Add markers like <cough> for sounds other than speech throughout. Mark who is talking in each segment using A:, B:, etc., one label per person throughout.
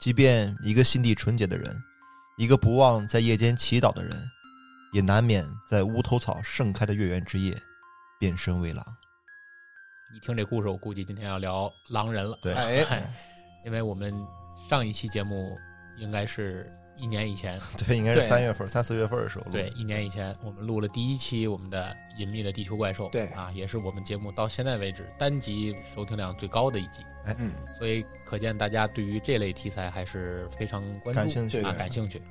A: 即便一个心地纯洁的人，一个不忘在夜间祈祷的人，也难免在乌头草盛开的月圆之夜变身为狼。
B: 一听这故事，我估计今天要聊狼人了，
A: 对，
B: 哎 <laughs> 因为我们上一期节目应该是一年以前，
A: <laughs> 对，应该是
C: 对
A: 三月份、三四月份的时候录的。
B: 对，一年以前我们录了第一期我们的《隐秘的地球怪兽》，
C: 对
B: 啊，也是我们节目到现在为止单集收听量最高的一集，
C: 嗯，
B: 所以可见大家对于这类题材还是非常关注、
A: 感兴趣嗯
B: 啊，
C: 对
B: 感兴趣。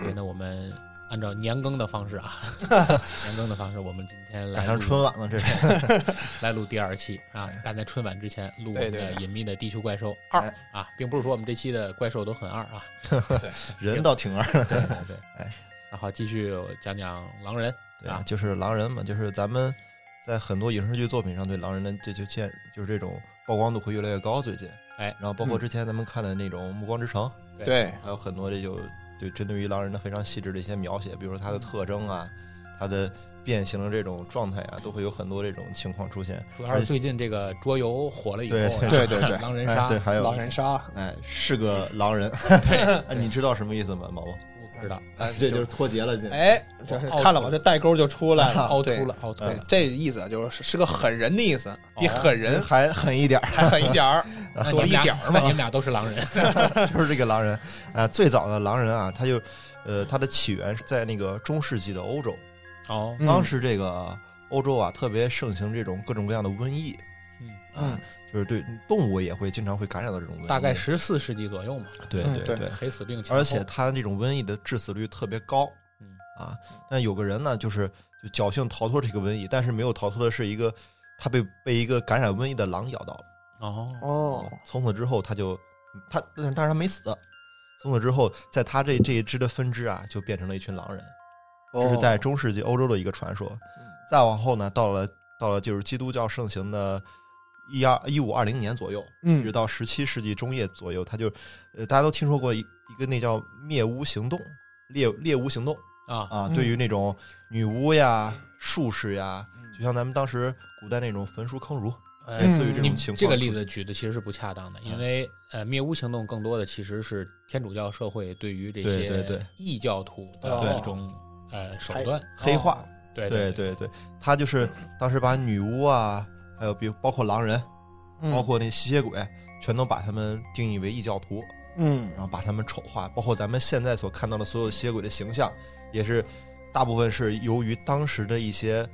B: 所以呢，我们按照年更的方式
A: <laughs>
B: 啊，年更的方式，我们今天来
A: 赶上
B: 录
A: 春晚哎了，这是。
B: 来录第二期啊，赶在春晚之前录我们
C: 对对
B: 的
C: 对
B: 《隐秘的地球怪兽二
A: 哎》
B: 啊，并不是说我们这期的怪兽都很二啊，
A: <laughs> 人倒
B: <laughs>
A: 挺二的，
B: 对对对
A: 哎。
B: 然后继续讲讲狼人，
A: 对啊，就是狼人嘛，就是咱们在很多影视剧作品上对狼人的这就见就是这种曝光度会越来越高，最近，
B: 哎
A: 然后包括之前咱们看的那种《暮光之城》，
C: 对，
A: 还有很多这就对针对于狼人的非常细致的一些描写，比如说他的特征啊，他的变形的这种状态啊，都会有很多这种情况出现。
B: 主要是最近这个桌游火了以后，
A: 对
B: 然后
C: 对对对
B: <laughs> 狼人
A: 哎，
B: 杀，
A: 对，还有
C: 狼人杀，
A: 哎，是个狼人，
B: 对，
A: 哎你知道什么意思吗，毛毛？
B: 我不知道，
C: <laughs> 啊，
A: 这哎就是脱节了，这哦
C: 哎，这是
B: 凹凸
C: 看了吧？这代沟就出
A: <laughs>
C: 来了，
B: 凹凸
C: 啊对哎
B: 了，凹凸
A: 嗯
C: 对
B: 了，。
C: 这意思就是是个狠人的意思，比
B: 哦
C: 狠人
A: 哎还狠一点儿。
C: 还狠一
A: <laughs>
C: 点儿，
A: 啊
B: 那
C: 多
B: 你
C: 一
B: 们
C: 点
B: 俩 <laughs>
C: 儿，
B: 那你
C: 嘛。
B: 们俩都是狼人，
A: 就是这个狼人啊、最早的狼人啊，他就呃，他的起源是在那个中世纪的欧洲。
B: 哦，
C: 嗯
A: 当时这个欧洲啊，特别盛行这种各种各样的瘟疫
B: 嗯，
A: 啊，就是对动物也会经常会感染到这种瘟疫。
B: 大概十四世纪左右嘛，
A: 对
C: 嗯
A: 对
C: 对
A: 对，
B: 黑死病前后，
A: 而且他这种瘟疫的致死率特别高
B: 嗯
A: 啊。但有个人呢，就是就侥幸逃脱这个瘟疫，但是没有逃脱的是一个他被被一个感染瘟疫的狼咬到了。
B: 哦，
C: 哦，
A: 从此之后他就他，但是但是他没死。从此之后，在他这这一支的分支啊，就变成了一群狼人。这是
C: 哦
A: 在中世纪欧洲的一个传说。再往后呢，到了到了就是基督教盛行的一二一五二零年左右，一直
C: 嗯，
A: 到十七世纪中叶左右，他就呃大家都听说过一一个那叫灭巫行动、猎猎巫行动
B: 啊，
A: 啊，
C: 嗯
A: 对于那种女巫呀、术士呀，
C: 嗯
A: 就像咱们当时古代那种焚书坑儒，
B: 呃
A: 类似嗯于这种
B: 你们
A: 情况出现。
B: 这个例子举的其实是不恰当的，因
A: 嗯
B: 为呃，灭巫行动更多的其实是天主教社会对于这
A: 对对
B: 些
A: 对
B: 异教徒的
C: 对哎
B: 一种呃手段，
A: 黑化，
B: 对
A: 对
B: 对，
A: 对对，他就是当时把女巫啊，还有比如包括狼人，
C: 嗯
A: 哦包括那吸血鬼，全都把他们定义为异教徒。
C: 嗯
A: 然后把他们丑化，包括咱们现在所看到的所有吸血鬼的形象，也是大部分是由于当时的一些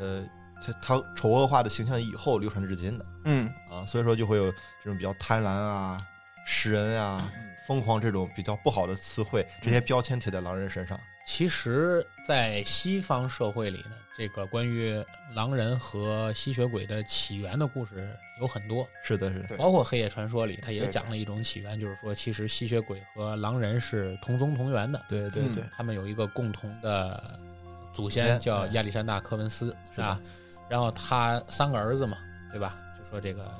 A: 呃，这他丑恶化的形象以后流传至今的
C: 嗯
A: 啊，所以说就会有这种比较贪婪啊、食人啊、疯狂这种比较不好的词汇，这些标签贴在狼人身上。
B: 其实，在西方社会里呢，这个关于狼人和吸血鬼的起源的故事有很多，
A: 是的，是的，
C: 对
B: 包括《黑夜传说》里，它也
C: 对对
B: 讲了一种起源，就是说，其实吸血鬼和狼人是同宗同源的，
A: 对对对，
B: 他们有一个共同的祖
A: 祖
B: 先
A: 先
B: 叫
A: 嗯
B: 亚历山大·科文斯，
A: 是
B: 吧
A: 的？
B: 然后他三个儿子嘛，对吧？就说这个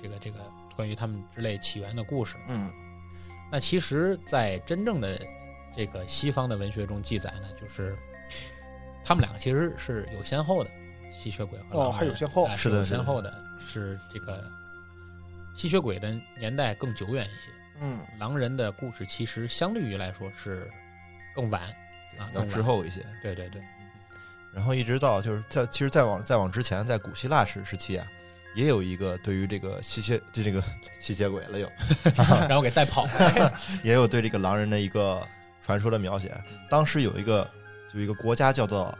B: 这个这个关于他们之类起源的故事。
C: 嗯
B: 那其实，在真正的这个西方的文学中记载呢，就是他们两个其实是有先后的，吸血鬼和狼
C: 哦
B: 人
C: 还有先后
B: 哎
A: 是
B: 有
A: 的是
B: 先
A: 的
B: 后的，是这个吸血鬼的年代更久远一些，
C: 嗯
B: 狼人的故事其实相对于来说是更晚啊，
A: 要
B: 更
A: 滞
B: 晚。
A: 后一些。
B: 对对
A: <laughs>
B: 对，
A: 然后一直到就是在其实再往再往之前，在古希腊时时期啊，也有一个对于这个吸血就这个 <laughs> 吸血鬼了又。
B: 然后给带
A: <laughs>
B: 跑了。
A: 也有对这个狼人的一个传说的描写。当时有一个就一个国家叫做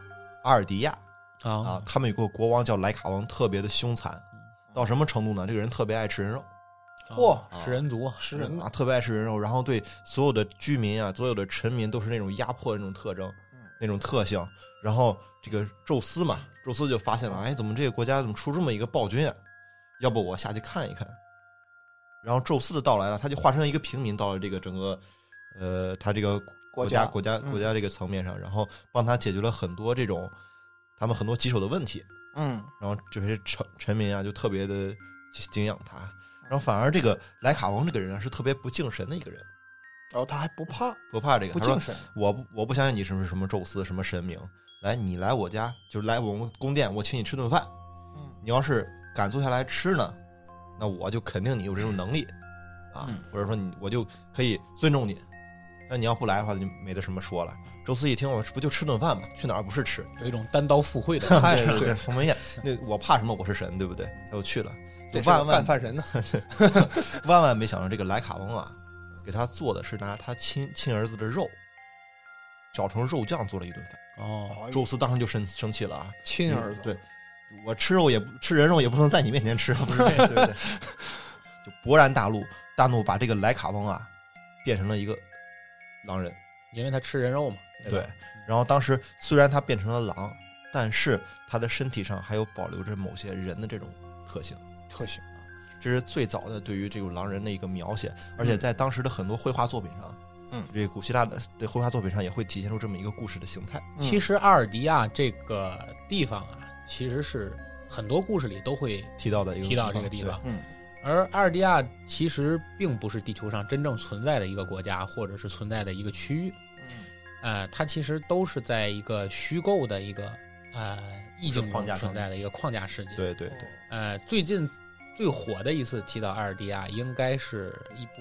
A: 阿尔迪亚啊
C: 哦
B: 啊，
A: 他们有个国王叫莱卡王，特别的凶残，到什么程度呢？这个人特别爱吃人肉，哦
C: 嚯
B: 啊食人族啊，
C: 吃人
A: 啊，特别爱吃人肉，然后对所有的居民啊，所有的臣民都是那种压迫的那种特征
C: 嗯，
A: 那种特性。然后这个宙斯嘛，宙斯就发现了，
C: 嗯
A: 哎，怎么这个国家怎么出这么一个暴君啊？要不我下去看一看。然后宙斯的到来了，他就化身一个平民到了这个整个，呃，他这个国家国家
C: 嗯
A: 国家这个层面上，然后帮他解决了很多这种他们很多棘手的问题。
C: 嗯
A: 然后这些臣臣民啊就特别的敬仰他，然后反而这个莱卡王这个人啊是特别不敬神的一个人，
C: 然后他还不怕，
A: 不怕这个。
C: 不
A: 他
C: 精
A: 说
C: 神，
A: <laughs> 我不我不相信你什么什么宙斯什么神明，来你来我家就是来我们宫殿，我请你吃顿饭，
C: 嗯
A: <laughs> 你要是敢坐下来吃呢，那我就肯定你有这种能力。啊
C: 嗯，
A: 或者说你我就可以尊重你。但你要不来的话，就没得什么说了。周思义一听我说不就吃顿饭嘛，去哪儿不是吃？
B: 有一种单刀赴会
A: <laughs>
B: 的
C: 哎
B: 感觉。
A: 对对，很明显，那我怕什么？我是神，对不对？那我去了，
C: 这是
A: 万
C: 个
A: 万
C: 干饭神呢，
A: 万万没想到，这个莱卡翁啊，给他做的是拿他亲亲儿子的肉，搅成肉酱做了一顿饭。
B: 哦，
C: 哎
A: 宙斯当时就生生气了啊！
C: 亲儿子，
A: 对，我吃肉也不吃人肉也不能在你面前吃，啊不是对不
B: <laughs>
A: 对？就勃然大怒，大怒把这个莱卡翁啊变成了一个狼人。
B: 因为他吃人肉嘛。
A: 对
B: 吧，
A: 然后当时虽然他变成了狼，但是他的身体上还有保留着某些人的这种特性。
C: 特性
A: 这是最早的对于这种狼人的一个描写，而
B: 嗯
A: 且在当时的很多绘画作品上，
C: 嗯，
A: 这古希腊的的绘画作品上也会体现出这么一个故事的形态。
C: 嗯
B: 其实阿尔迪亚这个地方啊，其实是很多故事里都会
A: 提到的一个
B: 提到这个地
A: 对
B: 方。
C: 嗯，
B: 而阿尔迪亚其实并不是地球上真正存在的一个国家，或者是存在的一个区域。
C: 嗯
B: 呃，它其实都是在一个虚构的一个呃意境
A: 框
B: 中
A: 架上
B: 存在的一个框架世界。
A: 对对对，
C: 对，
B: 呃，最近最火的一次提到阿尔迪亚，应该是一部，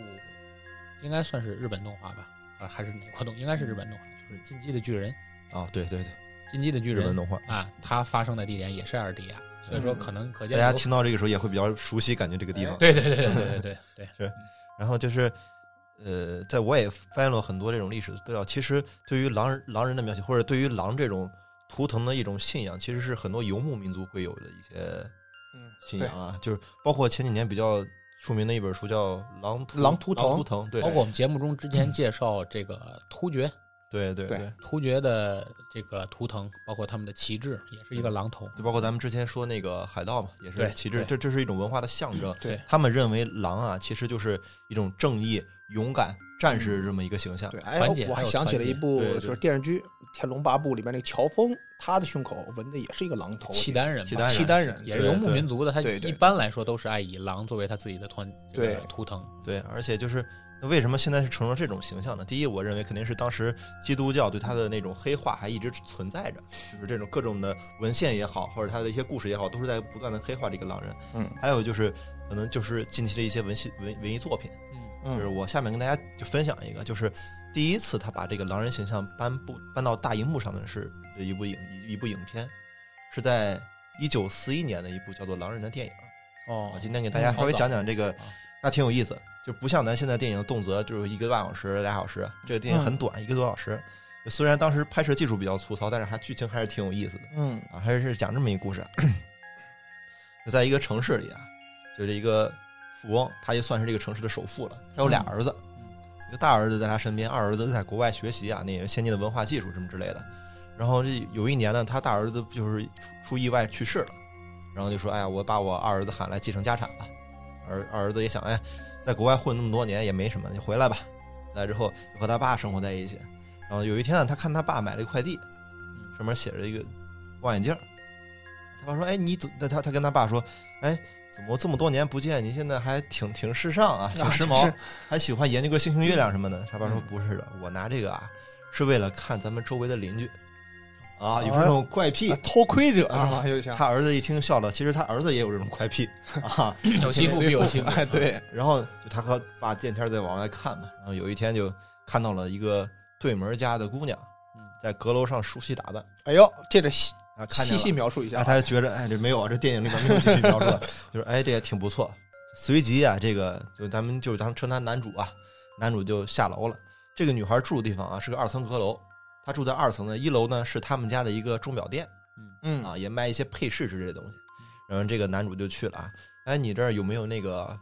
B: 应该算是日本动画吧，啊，还是哪国动？应该是日本动画，就是《进击的巨人》。
A: 啊、对对对，
B: 《进击的巨
A: 日
B: 人
A: 本》动画，
B: 啊，它发生的地点也是阿尔迪亚，所以说可能可
A: 嗯大
B: 见
A: 家
B: 有
A: 听到这个时候也会比较熟悉，感觉这个地方。
B: <laughs> 对对对对对对对对，
A: 然后就是，呃，在我也翻阅了很多这种历史资料，其实对于狼人狼人的描写，或者对于狼这种图腾的一种信仰，其实是很多游牧民族会有的一些
C: 嗯，
A: 信仰啊，就是包括前几年比较出名的一本书叫《狼图
C: 狼图腾
A: 狼图腾》， <laughs> 对
B: 包括我们节目中之前介绍这个突厥，
A: 对对
C: 对
A: 对，
B: 突厥的这个图腾，包括他们的旗帜，也是一
A: 嗯
B: 个狼头。
A: 就包括咱们之前说那个海盗嘛，也是
B: 对
A: 旗帜，
B: 对
A: 这这是一种文化的象征。
B: 对，
A: 他们认为狼啊，其实就是一种正义、勇敢、战
B: 嗯
A: 士这么一个形象。
C: 对，哎
B: 团结，
C: 我
B: 还
C: 还
B: 有
C: 想起
B: 团
C: 了一
B: 结
C: 部
A: 对对
C: 就是电视剧《天龙八部》里面那个乔峰，他的胸口纹的也是一个狼头，
B: 契丹人
A: 契
B: 嘛，
A: 丹
C: 契
A: 人
C: 丹人，
B: 也是
A: 对
B: 游牧
A: 对
B: 民族的，他
C: 对对
B: 一般来说都是爱以狼作为他自己的团这个
C: 对
B: 图腾。
A: 对，而且就是那为什么现在是成了这种形象呢？第一，我认为肯定是当时基督教对他的那种黑化还一直存在着，就是这种各种的文献也好，或者他的一些故事也好，都是在不断的黑化这个狼人。
C: 嗯，
A: 还有就是可能就是近期的一些文戏文文艺作品，
B: 嗯，
A: 就是
C: 嗯，
A: 我下面跟大家就分享一个，就是第一次他把这个狼人形象搬布搬到大荧幕上的是一部影一部影片，是在一九四一年的一部叫做《狼人》的电影。
B: 哦
A: 我，今天给大家稍微讲讲这个
B: 早，啊
A: 那挺有意思，就不像咱现在电影动辄就是一个半小时、俩小时，这个电
B: 嗯
A: 影很短，一个多小时。虽然当时拍摄技术比较粗糙，但是它剧情还是挺有意思的。
C: 嗯
A: 啊，还是讲这么一个故事，就在一个城市里啊，就是一个富翁，他就算是这个城市的首富了。他有俩儿子，一个大儿子在他身边，二儿子在国外学习啊，那也是先进的文化技术什么之类的。然后这有一年呢，他大儿子就是出出意外去世了，然后就说：“哎呀，我把我二儿子喊来继承家产吧。”儿二儿子也想：“哎，在国外混那么多年也没什么，你回来吧。”来之后就和他爸生活在一起。然后有一天呢，他看他爸买了一快递，上面写着一个望远镜儿。他爸说：“哎，你怎？”他他跟他爸说：“哎，怎么这么多年不见，你现在还挺挺时尚啊，挺时髦，
C: 是
A: 还喜欢研究个星星、月亮什么的。”他爸说
C: 嗯：“
A: 不是的，我拿这个啊，是为了看咱们周围的邻居啊，
C: 哎
A: 有这种怪癖
C: 啊。偷窥者
A: 啊
C: 是吧？就像
A: 他儿子一听笑了，其实他儿子也有这种怪癖啊。
B: 有其父必有
A: <laughs>
B: 其子。
C: 哎，对，
A: 然后就他和爸见天儿在往外看嘛，然后有一天就看到了一个对门家的姑娘
B: 嗯，
A: 在阁楼上梳洗打扮
C: 哎呦，这得细
A: 啊，看见
C: 细
A: 了
C: 细描述一
A: 啊，
C: 下，
A: 他就觉着哎，这没有啊，这电影里面没有继续描述了， <laughs> 就是哎，这也挺不错。随即啊，这个就咱们就当称他男主啊，男主就下楼了。这个女孩住的地方啊是个二层阁楼，她住在二层呢，一楼呢是他们家的一个钟表店
C: 嗯
A: 啊，也卖一些配饰之类的东西。然后这个男主就去了啊，哎，你这儿有没有那个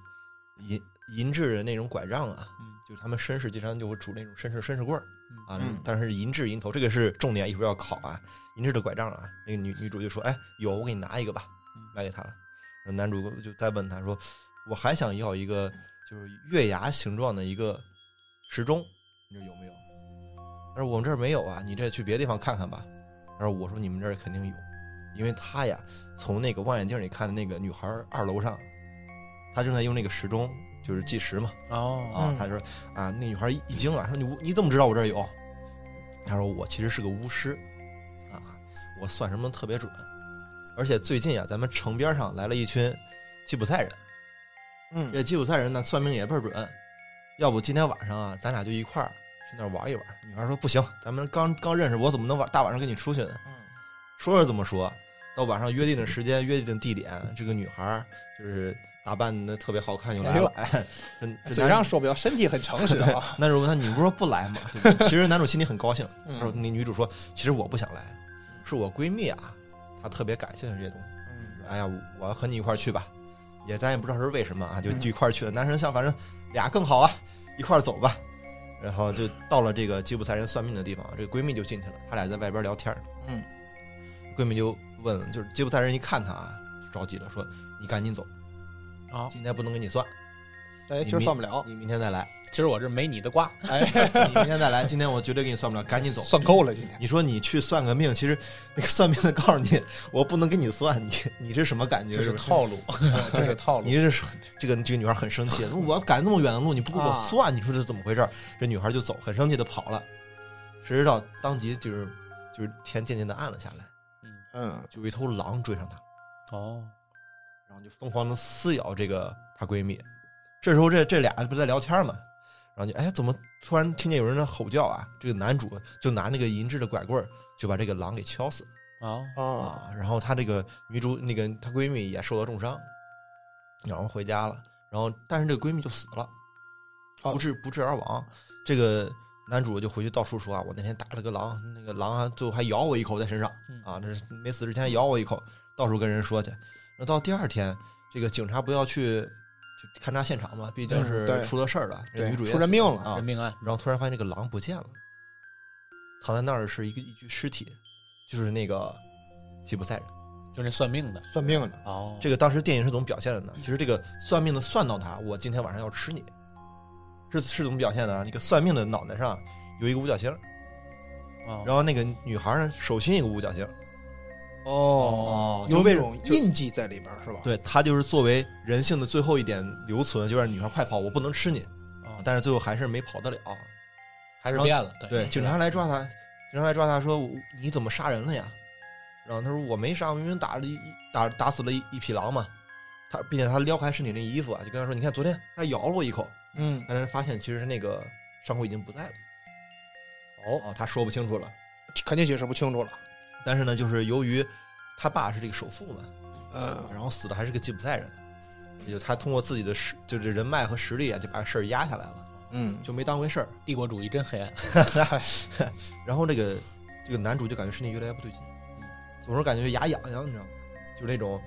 A: 银银质的那种拐杖啊？
B: 嗯
A: 就是他们绅士经常就会拄那种绅士绅士棍儿啊
C: 嗯，
A: 但是银质银头这个是重点，一会儿要考啊，银质的拐杖啊。那个女女主就说：“哎，有，我给你拿一个吧，卖给他了。”然后男主就再问他说：“我还想要一个就是月牙形状的一个时钟，你说有没有？”他说：“我们这儿没有啊，你这去别地方看看吧。”他说：“我说你们这儿肯定有，因为他呀，从那个望远镜里看的那个女孩儿二楼上，她正在用那个时钟就是计时嘛。”
B: 哦，
A: 啊
C: 嗯，
A: 他就说啊，那女孩一一惊啊，说你你怎么知道我这儿有？他说我其实是个巫师，啊，我算什么特别准，而且最近啊，咱们城边上来了一群吉普赛人，
C: 嗯
A: 这吉普赛人呢算命也倍儿准，要不今天晚上啊，咱俩就一块儿去那儿玩一玩。女孩说不行，咱们刚刚认识，我怎么能晚大晚上跟你出去呢？
C: 嗯
A: 说是这么说，到晚上约定的时间、约定的地点，这个女孩儿就是打扮的特别好看，又来了。哎，这这
C: 嘴
A: 男
C: 上说不了，身体很诚实
A: <laughs>
C: 啊。
A: 男主问他：“你不是说不来吗？” <laughs> 对不对其实男主心里很高兴。他说：“
C: 嗯
A: 那女主说，其实我不想来，是我闺蜜啊，她特别感兴趣这些东西。
C: 嗯
A: 哎呀，我和你一块儿去吧，也咱也不知道是为什么
C: 嗯
A: 啊，就就一块儿去了。男生想，反正俩更好啊，一块儿走吧。”然后就到了这个吉普赛人算命的地方，这个闺蜜就进去了，她俩在外边聊天儿。
C: 嗯，
A: 闺蜜就问，就是吉普赛人一看她啊，就着急了，说：“你赶紧走，
C: 哦
B: 啊，
A: 今天不能给你算，
C: 哎，今儿算不了，
A: 你明天再来。
B: 今儿我这没你的卦，
A: 哎，你明天再来，今天我绝对给你算不了，赶紧走。”
C: 算够了今天。
A: 你说你去算个命，其实那个算命的告诉你，我不能给你算，你你这什么感觉？
B: 这是
A: 吧
B: 套路，这是套路
A: 你。这是这个这个女孩很生气，我赶那么远的路，你不给我
B: 啊
A: 算，你说这怎么回事儿？这女孩就走，很生气的跑了。谁知道当即就是就是天渐渐的暗了下来，
C: 嗯，
A: 就有一头狼追上她，
B: 哦，
A: 然后就疯狂的撕咬这个她闺蜜。这时候这这俩不是在聊天嘛，然后就哎怎么突然听见有人在吼叫啊？这个男主就拿那个银质的拐棍儿就把这个狼给敲死了。
B: 啊，
C: 啊，
A: 啊，然后她这个女主那个她闺蜜也受到重伤，然后回家了，然后但是这个闺蜜就死了，
C: 哦
A: 不治不治而亡。这个男主就回去到处说啊，我那天打了个狼，那个狼还最后还咬我一口在身上
B: 嗯
A: 啊，那是没死之前还咬我一口，到处跟人说去。那到第二天，这个警察不要去去勘察现场嘛，毕竟
C: 嗯对
A: 是出了事儿了，这
C: 对
A: 女主也
C: 出人
A: 死
C: 命了
A: 啊
B: 人，命案，
A: 然后突然发现这个狼不见了，躺在那儿是一个一具尸体，就是那个吉普赛人。
B: 就那算命的。
C: 算命的，
B: 哦，
A: 这个当时电影是怎么表现的呢？其实这个算命的算到他，我今天晚上要吃你，是是怎么表现的啊？那个算命的脑袋上有一个五角星，
B: 哦
A: 然后那个女孩呢手心一个五角星，
C: 哦
A: 就
C: 有
A: 为
C: 那种
A: 就
C: 印记在里边儿是吧？，
A: 对她就是作为人性的最后一点留存，就让女孩快跑，我不能吃你，
B: 哦
A: 但是最后还是没跑得了。
B: 还是变了。
A: 对，
B: 警
A: 警察来抓他，警察来抓他说我你怎么杀人了呀？然后他说我没杀，我明明打了一一打打死了一一匹狼嘛。他并且他撩开身体那衣服啊，就跟他说你看昨天他咬了我一口，
C: 嗯，
A: 但是发现其实那个伤口已经不在了。
B: 哦，
A: 哦，他说不清楚了。
C: 肯定解释不清楚了。
A: 但是呢，就是由于他爸是这个首富嘛，啊
C: 呃，
A: 然后死的还是个吉普赛人，也就他通过自己的实就是人脉和实力啊，就把事儿压下来了，
C: 嗯，
A: 就没当回事儿。
B: 帝国主义真黑暗。
A: 然后这个这个男主就感觉身体越来越不对劲，总是感觉牙痒痒，你知道吗？就是那种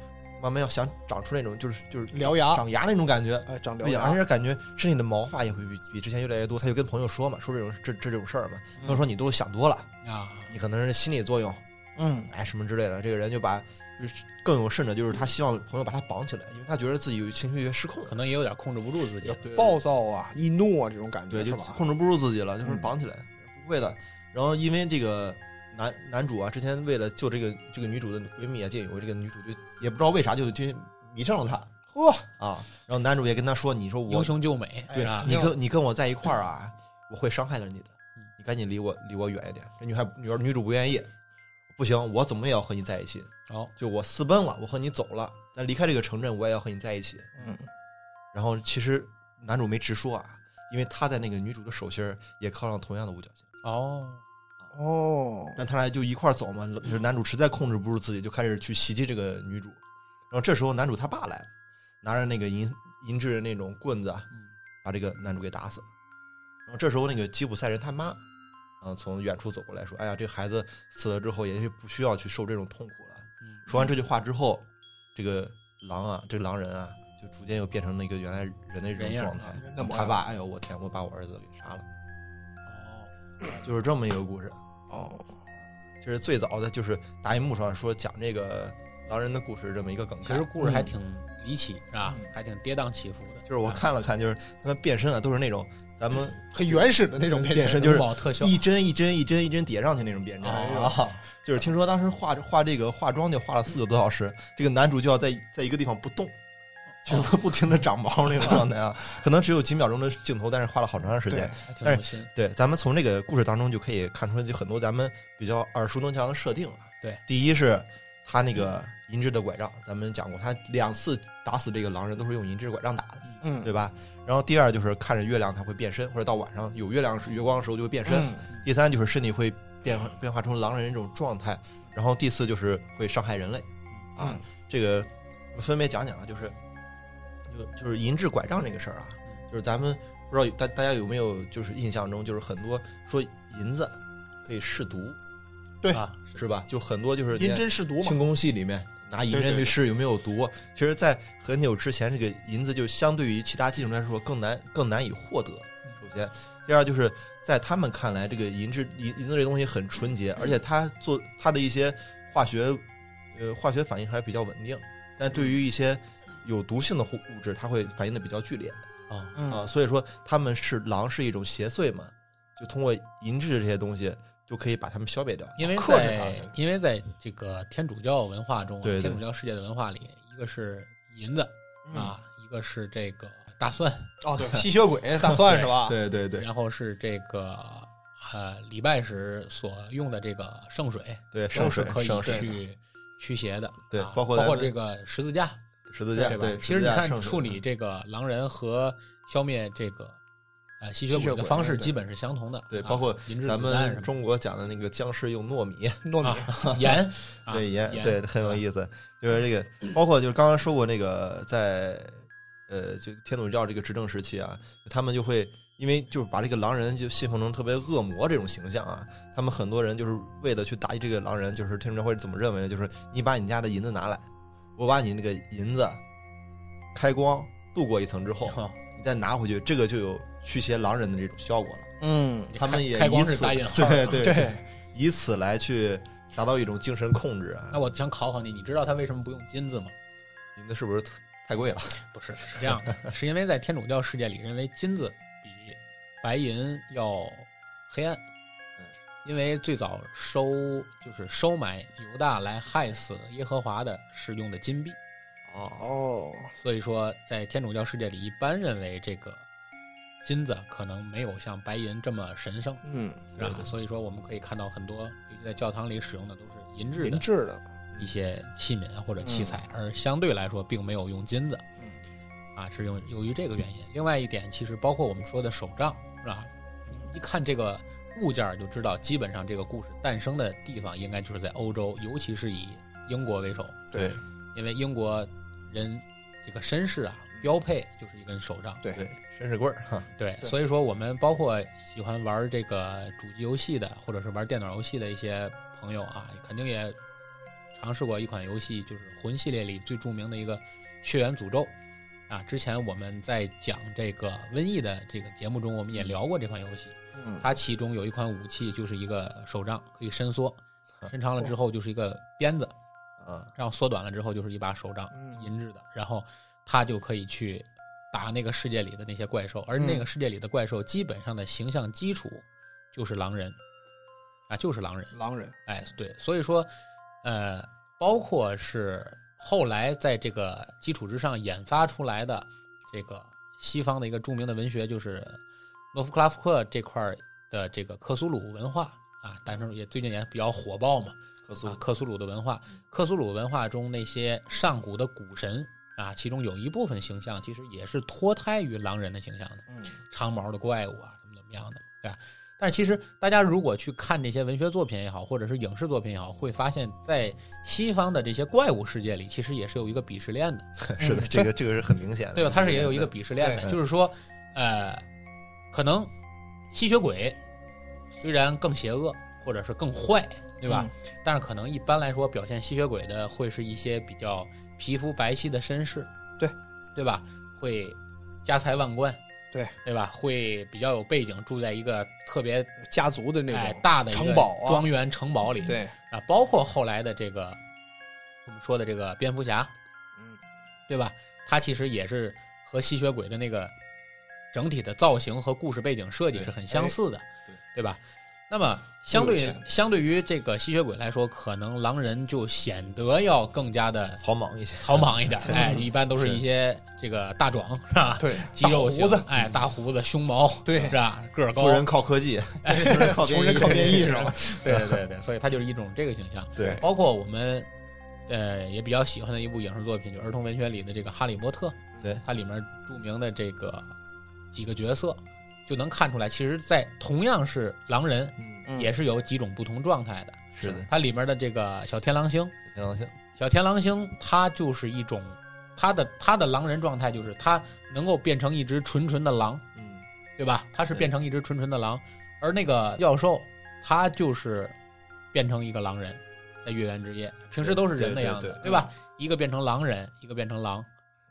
A: 慢慢要想长出那种就是就是
C: 獠
B: 啊
C: 牙，
A: 长牙那种感觉，
C: 哎，长獠
A: 对呀，而
C: 牙，
A: 且感觉身体的毛发也会比比之前越来越多。他就跟朋友说嘛，说这种这这种事儿嘛，朋友说你都想多了，
B: <laughs> 啊，
A: 你可能是心理作用，
C: 嗯，
A: 哎什么之类的。这个人就把就是更有甚者，就是他希望朋友把他绑起来，因为他觉得自己有情绪失控了
B: 可，能也有点控制不住自己。
C: 暴躁啊，易怒啊，这种感觉
A: 对，
C: 是
A: 就
C: 吧？
A: 控制不住自己了，就是
C: 嗯
A: 绑起来，不会的。然后因为这个男男主啊，之前为了救这个这个女主的闺蜜啊，见有这个女主就也不知道为啥就就迷上了他
C: 呵，
A: 啊。然后男主也跟他说：“你说
B: 英
A: 我
B: 雄救美，
A: 对
B: 是
C: 啊
B: 吧？
A: 你跟你跟我在一块儿啊，我会伤害到你的
B: 嗯，
A: 你赶紧离我离我远一点。”这女孩女女主不愿意，不行，我怎么也要和你在一起。
B: 哦，
A: 就我私奔了，我和你走了，但离开这个城镇，我也要和你在一起。
C: 嗯，
A: 然后其实男主没直说啊，因为他在那个女主的手心儿也靠上同样的五角星，
B: 哦，
C: 哦，
A: 但他俩就一块儿走嘛。就是男主实在控制不住自己，就开始去袭击这个女主。然后这时候男主他爸来了，拿着那个银银质的那种棍子啊，
B: 嗯
A: 把这个男主给打死了。然后这时候那个吉普赛人他妈，啊，从远处走过来说：“哎呀，这孩子死了之后，也许不需要去受这种痛苦了。”
B: 嗯
A: 说完这句话之后，这个狼啊，这个狼人啊，就逐渐又变成那个原来人的这
B: 人
A: 种
B: 样
A: 状态
B: 了
C: 那。么
A: 他爸，哎呦我天，我把我儿子给杀了，
B: 哦，
A: 就是这么一个故事。
C: 哦，
A: 这是最早的，就是大荧幕上说讲这个狼人的故事这么一个梗
B: 其
A: 概
B: 实。故事还
C: 嗯
B: 挺离奇，是吧？还挺跌宕起伏的。
A: 嗯就是我
B: 啊
A: 看了看，就是他们变身啊，都是那种咱们
C: 很原始的那种
A: 变身，
C: 身，
A: 就是
B: 珠宝特效
A: 一针一针一针一针叠上去那种变身
B: 哦
A: 啊。 <laughs> 就是听说当时化化这个化妆就化了四个多小时，这个男主就要在在一个地方不动，
B: 哦
A: 就是不停的长毛那种状态啊。可能只有几秒钟的镜头，但是花了好长时间但是
B: 还挺
C: 对。
B: 用心。
A: 对，咱们从这个故事当中就可以看出就很多咱们比较耳熟能详的设定了。
B: 对，
A: 第一是他那个银质的拐杖，咱们讲过，他两次打死这个狼人都是用银质拐杖打的，
C: 嗯，
A: 对吧？然后第二就是看着月亮它会变身，或者到晚上有月亮时月光的时候就会变身。
C: 嗯
A: 第三就是身体会变化变化成狼人这种状态，然后第四就是会伤害人类。啊，这个分别讲讲啊，就是就就是银质拐杖这个事儿啊，
C: 嗯
A: 就是咱们不知道大大家有没有就是印象中就是很多说银子可以试毒
C: 对
B: 啊，
A: 是吧？就很多就是
C: 银针试毒嘛
A: 清，宫戏里面拿银针去试有没有毒，其实，在很久之前，这个银子就相对于其他技术来说更难更难以获得。
C: 嗯
A: 首先，第二就是在他们看来，这个银质银银子这东西很纯洁，而且
C: 嗯
A: 它做它的一些化学呃化学反应还比较稳定，但
C: 嗯
A: 对于一些有毒性的物物质，它会反应的比较剧烈
B: 啊，
A: 啊。
C: 嗯，
A: 所以说，他们是狼是一种邪祟嘛，就通过银质这些东西就可以把它们消灭掉。
B: 因为
C: 克制它
B: 在因为在这个天主教文化中啊，
A: 对对嗯
B: 天主教世界的文化里，一个是银子啊，一个是这个大蒜，
C: 嗯哦，对，吸血
A: <laughs>
C: 鬼大蒜是吧？，
A: 对对对
B: 然后啊是这个呃礼拜时所用的这个圣水，
A: 对，
B: 都
A: 圣
B: 是
A: 水
B: 可以
A: 圣水。
B: 去驱邪的，
A: 对
B: 啊
A: 包
B: 包
A: 括咱
B: 括
A: 们
B: 这个十字架，
A: 十字架
B: 吧
A: 对，？
B: 其
A: 十字
B: 实你
A: 架
B: 看
A: 圣
B: 处
A: 水嗯
B: 理这个狼人和消灭这个呃吸血
C: 吸血
B: 鬼
C: 鬼
B: 的方
C: 对
B: 式
C: 对
B: 基本是相同的，
A: 对
B: 啊
A: 包括
B: 银质
A: 咱
B: 子弹
A: 们
B: 什么
A: 中国讲的那个僵尸用糯米，
C: 糯米，
A: <laughs>
B: 的盐，啊
A: 对盐，
B: 盐
A: 对很有
B: <laughs>
A: 意思。就是这个，包括就是刚刚说过那个在呃，就天主教这个执政时期啊，他们就会因为就是把这个狼人就信奉成特别恶魔这种形象啊，他们很多人就是为了去打击这个狼人，就是天主教会怎么认为呢？就是你把你家的银子拿来，我把你那个银子开光镀过一层之后，
B: <laughs> 啊
A: 你再拿回去，这个就有驱邪狼人的这种效果了。
C: 嗯，
A: 他们也
B: 开
A: 以
B: 光是
A: 此
B: 打引号
A: 对
B: 的
A: 对
C: 对，
A: 以此来去达到一种精神控制啊
B: 那。我想考考你，你知道他为什么不用金子吗？
A: 您的是不是太太贵了？
B: 不是，是这样的，是因为在天主教世界里，认为金子比白银要黑暗，嗯因为最早收就是收买犹大来害死耶和华的是用的金币，
A: 哦，
C: 哦，
B: 所以说在天主教世界里，一般认为这个金子可能没有像白银这么神圣，
C: 嗯，
A: 对
B: 啊
A: 对，
B: 所以说我们可以看到很多，尤其在教堂里使用的都是银制的
C: 银质的，
B: 一些器皿啊或者器材，而相对来说并没有用金子
C: 嗯，
B: 啊，是用由于这个原因。另外一点，其实包括我们说的手杖，是吧？一看这个物件儿就知道，基本上这个故事诞生的地方应该就是在欧洲，尤其是以英国为首，
A: 对
B: 因为英国人这个绅士啊，标配就是一根手杖。
C: 对
A: 对，绅士棍儿哈，
B: 对，
C: 对
B: 所以说我们包括喜欢玩这个主机游戏的，或者是玩电脑游戏的一些朋友啊，肯定也尝试过一款游戏，就是魂系列里最著名的一个《血缘诅咒》啊。之前我们在讲这个瘟疫的这个节目中，我们也聊过这款游戏。
C: 嗯，
B: 它其中有一款武器就是一个手杖，可以伸缩，伸长了之后就是一个鞭子，
A: 啊，
B: 然后缩短了之后就是一把手杖。
C: 嗯
B: 银质的，然后他就可以去打那个世界里的那些怪兽，而那个世界里的怪兽基本上的形象基础就是狼人，啊，就是狼人，
C: 狼人，
B: 哎，对，所以说，呃，包括是后来在这个基础之上研发出来的这个西方的一个著名的文学，就是诺夫克拉夫克这块儿的这个克苏鲁文化啊，但是也最近也比较火爆嘛，
A: 克苏
B: 啊，克苏鲁的文化，克苏鲁文化中那些上古的古神啊，其中有一部分形象其实也是脱胎于狼人的形象的，
C: 嗯，
B: 长毛的怪物啊，怎么怎么样的，对吧？但是其实大家如果去看这些文学作品也好，或者是影视作品也好，会发现在西方的这些怪物世界里，其实也是有一个鄙视链的，
A: 是的，
C: 嗯
A: 这个这个是很明显的，
B: 对吧？它是也有一个
A: 对
B: 鄙视链
A: 对
B: 的，就是说，呃，可能吸血鬼虽然更邪恶，或者是更坏，对吧？
C: 嗯
B: 但是可能一般来说，表现吸血鬼的会是一些比较皮肤白皙的绅士，
C: 对
B: 对吧？会家财万贯，
C: 对
B: 对吧？会比较有背景，住在一个特别
C: 嗯？家族的那
B: 哎
C: 种，
B: 大的一个
C: 城堡啊
B: 庄园城堡里，
C: 对，
B: 啊，包括后来的这个我们说的这个蝙蝠侠，
C: 嗯，
B: 对吧？他其实也是和吸血鬼的那个整体的造型和故事背景设计是很相似的，
A: 对哎
B: 对吧？那么相
C: 有
B: 对
C: 钱
B: 相对于这个吸血鬼来说，可能狼人就显得要更加的
A: 草莽一些，
B: 草莽一点，
A: 对
B: 哎，一般都是
A: 是
B: 一些这个大壮是吧？
C: 对，
B: 肌肉型
C: 大胡子，
B: 哎，大胡子，胸毛，
C: 对
B: 是吧？个儿高，哎
A: 富人靠科
B: <laughs>
A: 技，穷人靠 <laughs>
C: 穷人靠变异是吧？
B: 对对对对，所以他就是一种这个形象。
A: 对
B: 包括我们呃也比较喜欢的一部影视作品，就儿童文学里的这个《哈利波特》。
A: 对，
B: 它里面著名的这个几个角色，就能看出来，其实，在同样是狼人，
C: 嗯
B: 也是有几种不同状态的。
A: 是的，
B: 它里面的这个小天狼星，
A: 天狼星，
B: 小天狼星它就是一种，它的它的狼人状态就是它能够变成一只纯纯的狼，
A: 嗯，
B: 对吧？它是
A: 对
B: 变成一只纯纯的狼，而那个教授他就是变成一个狼人，在月圆之夜，平时都是人的
A: 对对
B: 样子
A: 对，嗯
B: 对吧？一个变成狼人，一个变成狼，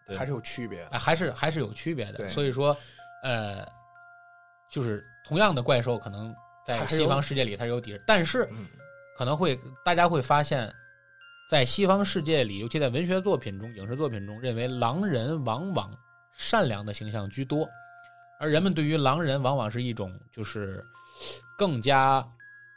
A: 对
C: 还是有区别的。
B: 哎，还是还是有区别的。
C: 对
B: 所以说，呃，就是同样的怪兽，可能在
C: 它还有
B: 西方世界里它是有敌人，但是
C: 嗯
B: 可能会大家会发现，在西方世界里，尤其在文学作品中、影视作品中，认为狼人往往善良的形象居多，而人们对于狼人往往是一种就是更加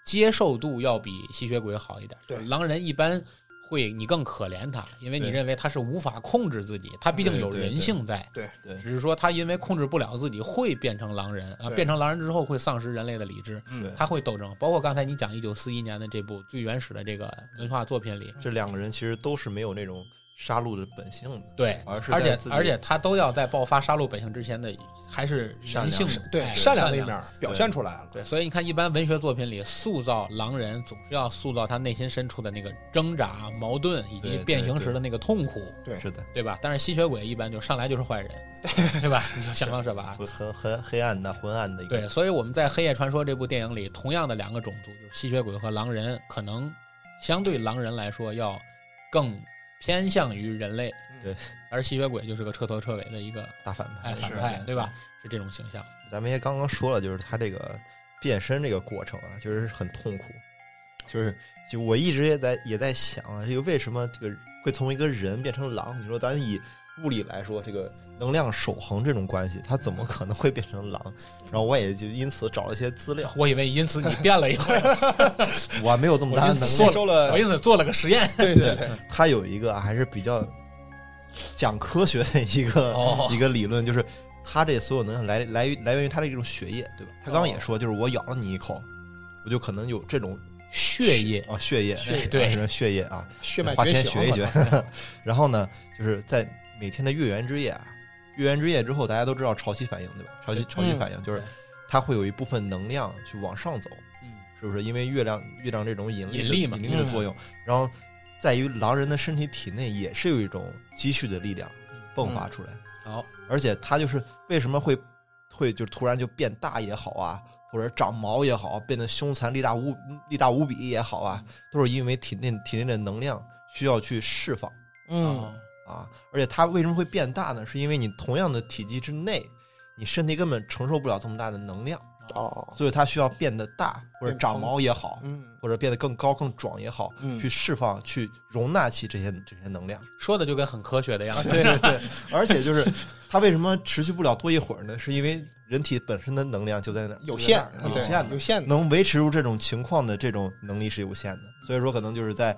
B: 接受度要比吸血鬼好一点。
C: 对
B: 就是狼人一般会你更可怜他，因为你
A: 对
B: 认为他是无法控制自己，他毕竟
A: 对
B: 有
A: 对
B: 人
A: 对
B: 性在。
A: 对
B: 只是说他因为控制不了自己，会变成狼人啊！
C: 对
B: 变成狼人之后会丧失人类的理智，
A: 对
C: 嗯，
B: 他会斗争。包括刚才你讲一九四一年的这部最原始的这个文化作品里，
A: 这两个人其实都是没有那种杀戮的本性的，
B: 对，
A: 而嗯是
B: 而
A: 在
B: 且
A: 自己
B: 而且他都要在爆发杀戮本性之前的，还是人性
A: 善
C: 对
B: 哎
C: 善良的一
B: 良
C: 面表现出来了。
B: 对，所以你看，一般文学作品里塑造狼人，总是要塑造他内心深处的那个挣扎、啊矛盾以及
A: 对对
B: 变形时的那个痛苦，
A: 是的，
B: 对吧？但是吸血鬼一般就上来就是坏人，对吧？ <laughs> 你就想方设法。
A: 很很很黑暗的昏暗的一个
B: 啊对，所以我们在《黑夜传说》这部电影里，同样的两个种族，就是吸血鬼和狼人，可能相对狼人来说要更偏向于人类，
A: 对，
B: 而吸血鬼就是个彻头彻尾的一个
A: 大反派
B: 哎。反派，对吧？是这种形象。
A: 咱们也刚刚说了，就是他这个变身这个过程啊，就是很痛苦。就是就我一直也在也在想啊，这个为什么这个会从一个人变成狼？你说咱以物理来说，这个能量守恒这种关系，它怎么可能会变成狼？然后我也就因此找了一些资料，
B: 我以为因此你变了一回，
A: 我还没有这么大的
C: 因
A: 能
C: 此
A: 力
C: 吸。收了
B: <laughs> 我，因此做了个实验。 <laughs>
C: 对对对，
A: 他有一个啊还是比较讲科学的一个、
B: 哦
A: 一个理论，就是他这所有能量来来于来源于他的这种血液，对吧？他刚刚也说，就是我咬了你一口，我就可能有这种
B: 血液，
A: 啊血液，
B: 血液对
A: 啊是血液啊，
C: 血脉
A: 花
C: 觉
A: 钱
C: 醒
A: 学
C: 了
A: 一学。 <laughs> 然后呢，就是在每天的月圆之夜啊，月圆之夜之后，大家都知道潮汐反应，对吧？潮汐
B: 对嗯
A: 潮汐反应就是
B: 对
A: 它会有一部分能量去往上走，
B: 嗯，
A: 是不是？因为月亮月亮这种引力的
B: 引力嘛嗯
A: 引力的作用，然后在于狼人的身体体内也是有一种积蓄的力量
B: 嗯
A: 迸发出来，
B: 好，
A: 而且它就是为什么会会就突然就变大也好啊，或者长毛也好，啊变得凶残力大无力大无比也好啊，
B: 嗯
A: 都是因为体内体内的能量需要去释放
C: 嗯，
A: 啊。而且它为什么会变大呢？是因为你同样的体积之内，你身体根本承受不了这么大的能量，
C: 哦，
A: 所以它需要变得大或者
C: 变
A: 长
C: 蓬
A: 毛也好，
C: 嗯，
A: 或者变得更高更壮也好，
C: 嗯
A: 去释放、去容纳起这些这些能量。
C: <laughs>
B: 说的就跟很科学 <laughs> 的样子。
A: 对对对，而且就是它为什么持续不了多一会儿呢？是因为人体本身的能量就在那儿
C: 有
A: 就在
C: 限
A: 那儿，有
C: 对
A: 限的
C: 有，限的，
A: 能维持住这种情况的这种能力是有限的。所以说，可能就是在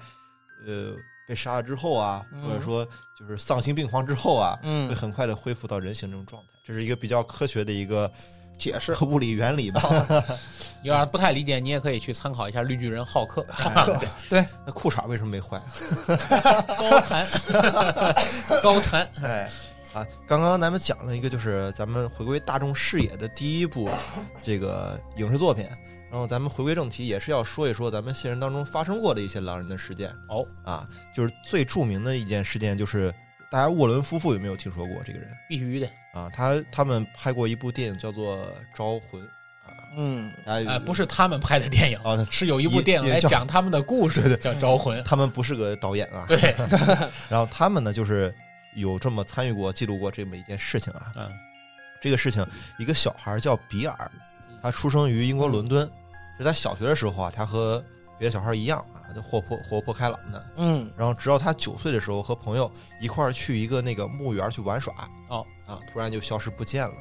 A: 呃被杀了之后啊，
C: 嗯
A: 或者说就是丧心病狂之后啊，
C: 嗯
A: 会很快的恢复到人形这种状态。这是一个比较科学的一个
C: 解释。
A: 物理原理吧。
B: 你要是不太理解，你也可以去参考一下绿巨人浩克
C: 对，
A: 那裤衩为什么没坏？
B: <laughs> 高 <laughs> 谈，高谈。
C: <laughs>
A: 哎，啊，刚刚咱们讲了一个，就是咱们回归大众视野的第一部这个影视作品，然后咱们回归正题，也是要说一说咱们现实当中发生过的一些狼人的事件
B: 哦，
A: 啊，就是最著名的一件事件，就是大家沃伦夫妇有没有听说过这个人
B: 必须的。
A: 啊？他他们拍过一部电影叫做《招魂》，
C: 嗯，
A: 大家
B: 呃，不是他们拍的 <laughs> 电影，
A: 啊，
B: 是有一部电影来讲他们的故事，叫《招魂》。
A: 他们不是个导演啊，
B: <laughs> 对，
A: 然后他们呢就是有这么参与过、记录过这么一件事情啊，
B: 嗯，
A: 这个事情，一个小孩儿叫比尔，他出生于英国伦敦，就在小学的时候啊，他和别的小孩儿一样啊，就活泼活泼开朗的。
C: 嗯，
A: 然后直到他九岁的时候，和朋友一块儿去一个那个墓园去玩耍，
B: 哦
A: 啊，突然就消失不见了。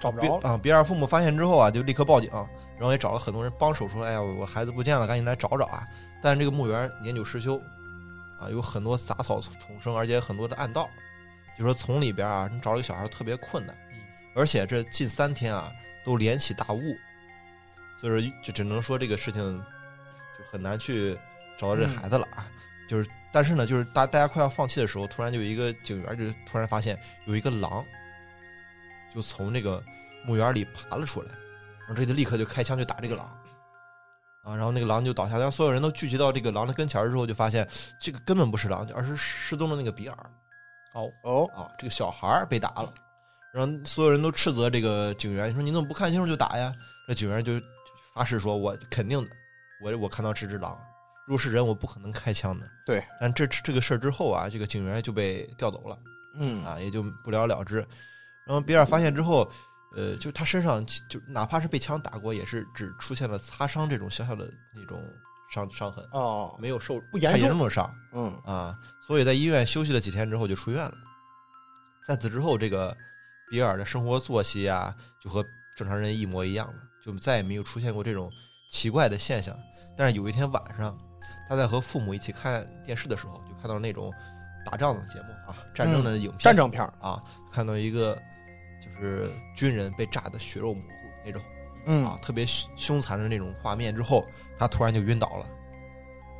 C: 找不
A: 比
C: 着了。
A: 啊，比尔父母发现之后啊，就立刻报警，然后也找了很多人帮手，说：“哎呀，我我孩子不见了，赶紧来找找啊！”但是这个墓园年久失修，啊，有很多杂草丛生，而且很多的暗道，就说从里边啊，你找这个小孩特别困难
B: 嗯，
A: 而且这近三天啊都连起大雾，所以说就只能说这个事情就很难去找到这孩子了啊。就是，但是呢，就是大大家快要放弃的时候，突然就有一个警员就突然发现有一个狼，就从这个墓园里爬了出来，然后这就立刻就开枪就打这个狼，啊，然后那个狼就倒下，当所有人都聚集到这个狼的跟前儿之后，就发现这个根本不是狼，而是失踪的那个比尔
B: 哦，
C: 哦，
A: 啊，这个小孩儿被打了，然后所有人都斥责这个警员，说你怎么不看清楚就打呀？这警员就就发誓说，我肯定的，我我看到这只狼，如果是人，我不可能开枪的。
C: 对，
A: 但这这个事儿之后啊，这个警员就被调走了。
C: 嗯
A: 啊，也就不了了之。然后比尔发现之后，呃，就他身上其就哪怕是被枪打过，也是只出现了擦伤这种小小的那种伤伤痕，
C: 哦，
A: 没有受
C: 不严
A: 太
B: 哎
C: 重
A: 严重的伤
C: 嗯
A: 啊。所以在医院休息了几天之后就出院了。在此之后，这个比尔的生活作息啊，就和正常人一模一样了，就再也没有出现过这种奇怪的现象。但是有一天晚上，他在和父母一起看电视的时候，就看到那种打仗的节目啊，战争的影片，
C: 嗯战争片儿，
A: 啊，看到一个就是军人被炸得血肉模糊那种啊
C: 嗯，，
A: 特别凶凶残的那种画面之后，他突然就晕倒了，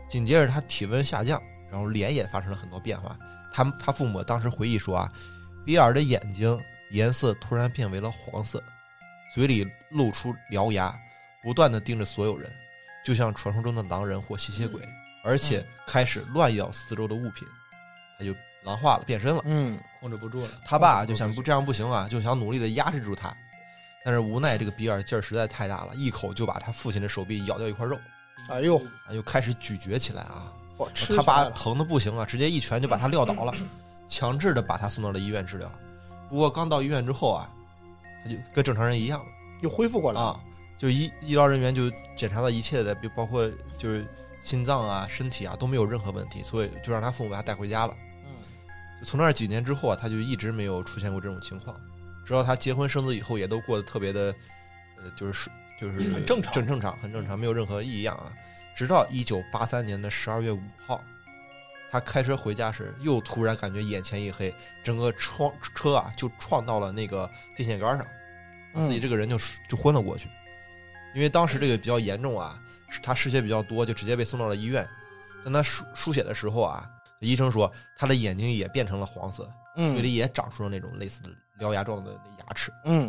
A: 紧接着他体温下降，然后脸也发生了很多变化。他们他父母当时回忆说啊，比尔的眼睛颜色突然变为了黄色，嘴里露出獠牙，不断的盯着所有人，就像传说中的狼人或吸血鬼，而且开始乱咬四周的物品，他就狼化了，变身了。
C: 嗯，
B: 控制不住了。
A: 他爸就想不这样不行啊，就想努力的压制住他，但是无奈这个比尔劲儿实在太大了，一口就把他父亲的手臂咬掉一块肉，
C: 哎呦，
A: 啊又开始咀嚼起来啊，
C: 我吃
A: 他
C: 下来
A: 爸
C: 了
A: 疼的不行啊，直接一拳就把他撂倒了，强制的把他送到了医院治疗。不过刚到医院之后啊，他就跟正常人一样
C: 又恢复过来
A: 了
C: 了，
A: 啊，就医医疗人员就检查到一切的，比包括就是心脏啊、身体啊都没有任何问题，所以就让他父母把他带回家了。
C: 嗯，
A: 就从那几年之后啊，他就一直没有出现过这种情况，直到他结婚生子以后，也都过得特别的，呃，就是顺就是
C: 很正常
A: 正正常，很正常，没有任何异样啊。直到一九八三年的十二月五号，他开车回家时，又突然感觉眼前一黑，整个窗车啊就撞到了那个电线杆上，自己这个人就就昏了过去。因为当时这个比较严重啊，是他失血比较多，就直接被送到了医院。但他输输血的时候啊，医生说他的眼睛也变成了黄色，嘴
C: 嗯
A: 里也长出了那种类似的獠牙状的牙齿。
C: 嗯，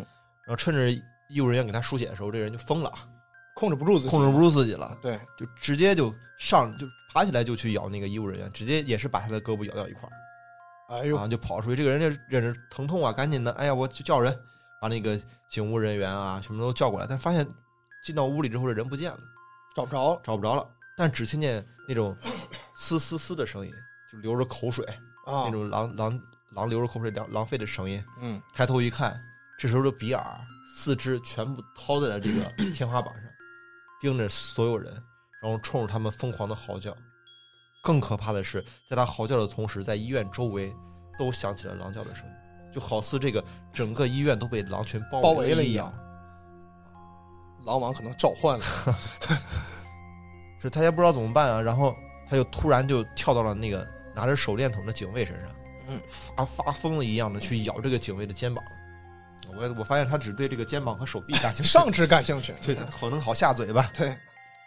A: 然后趁着医务人员给他输血的时候，这人就疯了啊，
C: 控制不住自己，
A: 控制不住自己啊了，
C: 对，
A: 就直接就上就爬起来就去咬那个医务人员，直接也是把他的胳膊咬掉一块儿，
C: 哎
A: 然
C: 呦，
A: 后就跑出去。这个人就忍着疼痛啊，赶紧的，哎呀，我去叫人，把那个警务人员啊什么都叫过来，但发现进到屋里之后，这人不见了。
C: 找不着了，
A: 找不着了，但只听见那种嘶嘶嘶的声音，就流着口水，
C: 啊，
A: 那种狼狼狼流着口水狼狼吠的声音。
C: 嗯，
A: 抬头一看，这时候的比尔四肢全部掏在了这
C: <clears throat>
A: 个天花板上，盯着所有人，然后冲着他们疯狂的嚎叫。更可怕的是，在他嚎叫的同时，在医院周围都响起了狼叫的声音，就好似这个整个医院都被狼群包
C: 包围了
A: 了
C: 一样
A: 样。
C: 狼王可能召唤了，
A: 是他也不知道怎么办啊，然后他就突然就跳到了那个拿着手电筒的警卫身上，
C: 嗯，
A: 发发疯了一样的去咬这个警卫的肩膀。我我发现他只对这个肩膀和手臂感兴趣，
C: <laughs> 上肢感兴趣，
A: <laughs> 对他可能好下嘴吧。
C: 对，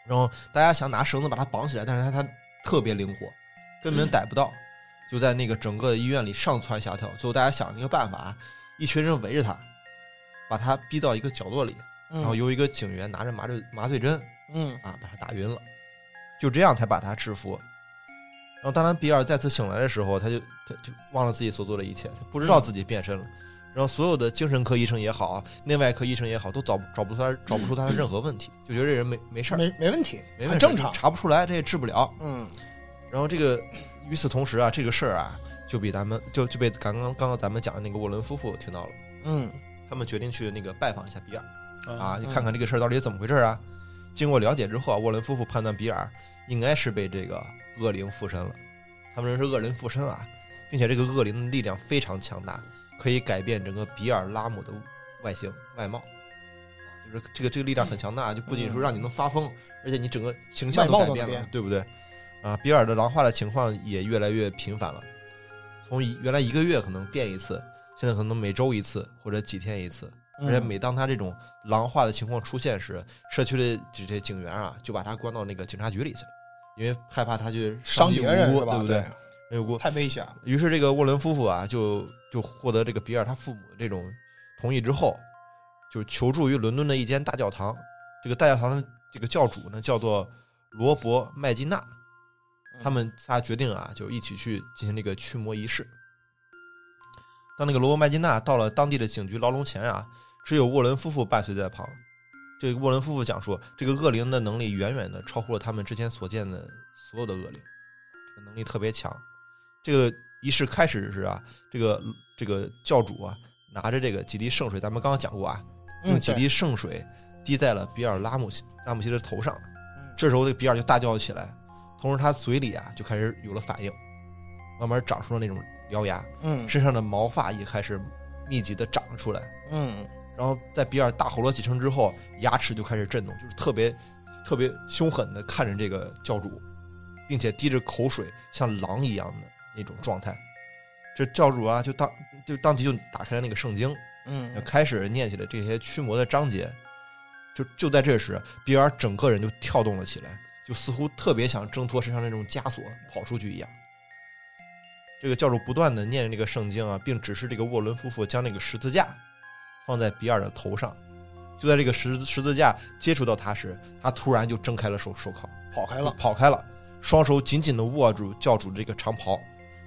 A: 然后大家想拿绳子把他绑起来，但是他他特别灵活，根本逮不到，就在那个整个医院里上蹿下跳。最后大家想了一个办法，啊一群人围着他，把他逼到一个角落里，
C: 然
A: 然后由一个警员拿着麻醉麻醉针，
C: 嗯，
A: 啊，把他打晕了，就这样才把他制服。然后，当然，比尔再次醒来的时候，他就他就忘了自己所做的一切，他不知
C: 嗯
A: 道自己变身了。然后，所有的精神科医生也好，啊内外科医生也好，都找不找不出来，找不出他的任何问题，就觉得这人没没事儿，
C: 没没问题，
A: 没问
C: 很
A: 题
C: 正常，
A: 查不出来，这也治不了。
C: 嗯，
A: 然后，这个与此同时啊，这个事儿啊，就比咱们就就被刚刚刚刚咱们讲的那个沃伦夫妇听到了，
C: 嗯，
A: 他们决定去那个拜访一下比尔。啊，
B: 嗯
A: 就看看这个事儿到底怎么回事儿啊。经过了解之后啊，沃伦夫妇判断比尔应该是被这个恶灵附身了。他们认为是恶灵附身啊，并且这个恶灵的力量非常强大，可以改变整个比尔拉姆的外形外貌。就是这个这个力量很强大，就不仅说让你能发疯，而且你整个形象都
C: 嗯外
A: 改
C: 貌都
A: 变
C: 能
A: 了
C: 变，
A: 对不对？啊，比尔的狼化的情况也越来越频繁了，从一原来一个月可能变一次，现在可能每周一次或者几天一次。
C: 嗯
A: 而且每当他这种狼化的情况出现时，社区的这这警员啊，就把他关到那个警察局里去了，因为害怕他去
C: 伤
A: 及
C: 别
A: 无
C: 人
A: 辜，
C: 是吧？
A: 不对？没有无辜。
C: 太危险了。
A: 于是这个沃伦夫妇啊，就就获得这个比尔他父母的这种同意之后，就求助于伦敦的一间大教堂。这个大教堂的这个教主呢，叫做罗伯·麦金纳。
C: 嗯
A: 他们仨决定啊，就一起去进行这个驱魔仪式。当那个罗伯·麦金纳到了当地的警局牢笼前啊，只有沃伦夫妇伴随在旁。这个沃伦夫妇讲说，这个恶灵的能力远远的超乎了他们之前所见的所有的恶灵，这个能力特别强。这个仪式开始时啊，这个这个教主啊，拿着这个几滴圣水，咱们刚刚讲过啊，用
C: 嗯
A: 几滴圣水滴在了比尔拉姆西拉姆西的头上。
C: 嗯
A: 这时候，这比尔就大叫起来，同时他嘴里啊就开始有了反应，慢慢长出了那种獠牙，
C: 嗯
A: 身上的毛发也开始密集的长了出来。
C: 嗯
A: 然后在比尔大吼了几声之后，牙齿就开始震动，就是特别特别凶狠的看着这个教主，并且滴着口水，像狼一样的那种状态。这教主啊，就当就当即就打开了那个圣经，
C: 嗯
A: 呃开始念起了这些驱魔的章节。就就在这时，比尔整个人就跳动了起来，就似乎特别想挣脱身上那种枷锁，跑出去一样。这个教主不断的念着这个圣经啊，并指示这个沃伦夫妇将那个十字架放在比尔的头上。就在这个十十字架接触到他时，他突然就睁开了手手铐，
C: 跑开了。
A: 跑开了，双手紧紧地握住教主这个长袍，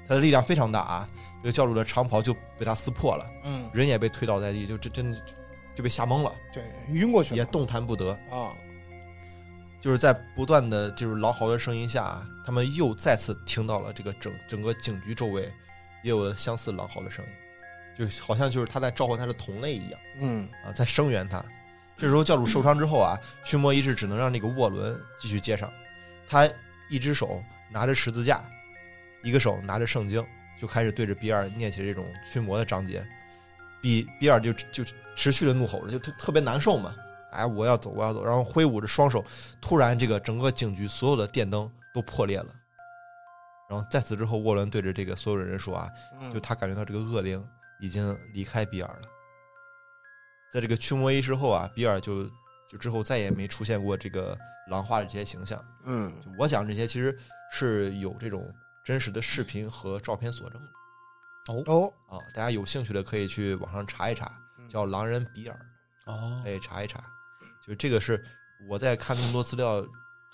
A: 他的力量非常大啊，这个教主的长袍就被他撕破了。
C: 嗯，
A: 人也被推倒在地，就这真的就就被吓懵了，
C: 对，晕过去了
A: 也动弹不得。
C: 啊。
A: 就是在不断的就是狼嚎的声音下啊，他们又再次听到了这个整整个警局周围也有了相似狼嚎的声音，就好像就是他在召唤他的同类一样
C: 嗯
A: 啊，在声援他。这时候教主受伤之后啊，驱魔仪式只能让这个沃伦继续接上，他一只手拿着十字架，一个手拿着圣经，就开始对着比尔念起这种驱魔的章节。比比尔就就持续的怒吼着，就特特别难受嘛。哎，我要走，我要走，然后挥舞着双手。突然，这个整个警局所有的电灯都破裂了。然后在此之后，沃伦对着这个所有的人说啊，
C: 嗯，
A: 就他感觉到这个恶灵已经离开比尔了。在这个驱魔仪式后啊，比尔就就之后再也没出现过这个狼化的这些形象。
C: 嗯
A: 我讲这些其实是有这种真实的视频和照片佐证的
C: 哦，
A: 啊，大家有兴趣的可以去网上查一查，叫狼人比尔，
B: 哦
A: 可，以查一查。就这个是我在看这么多资料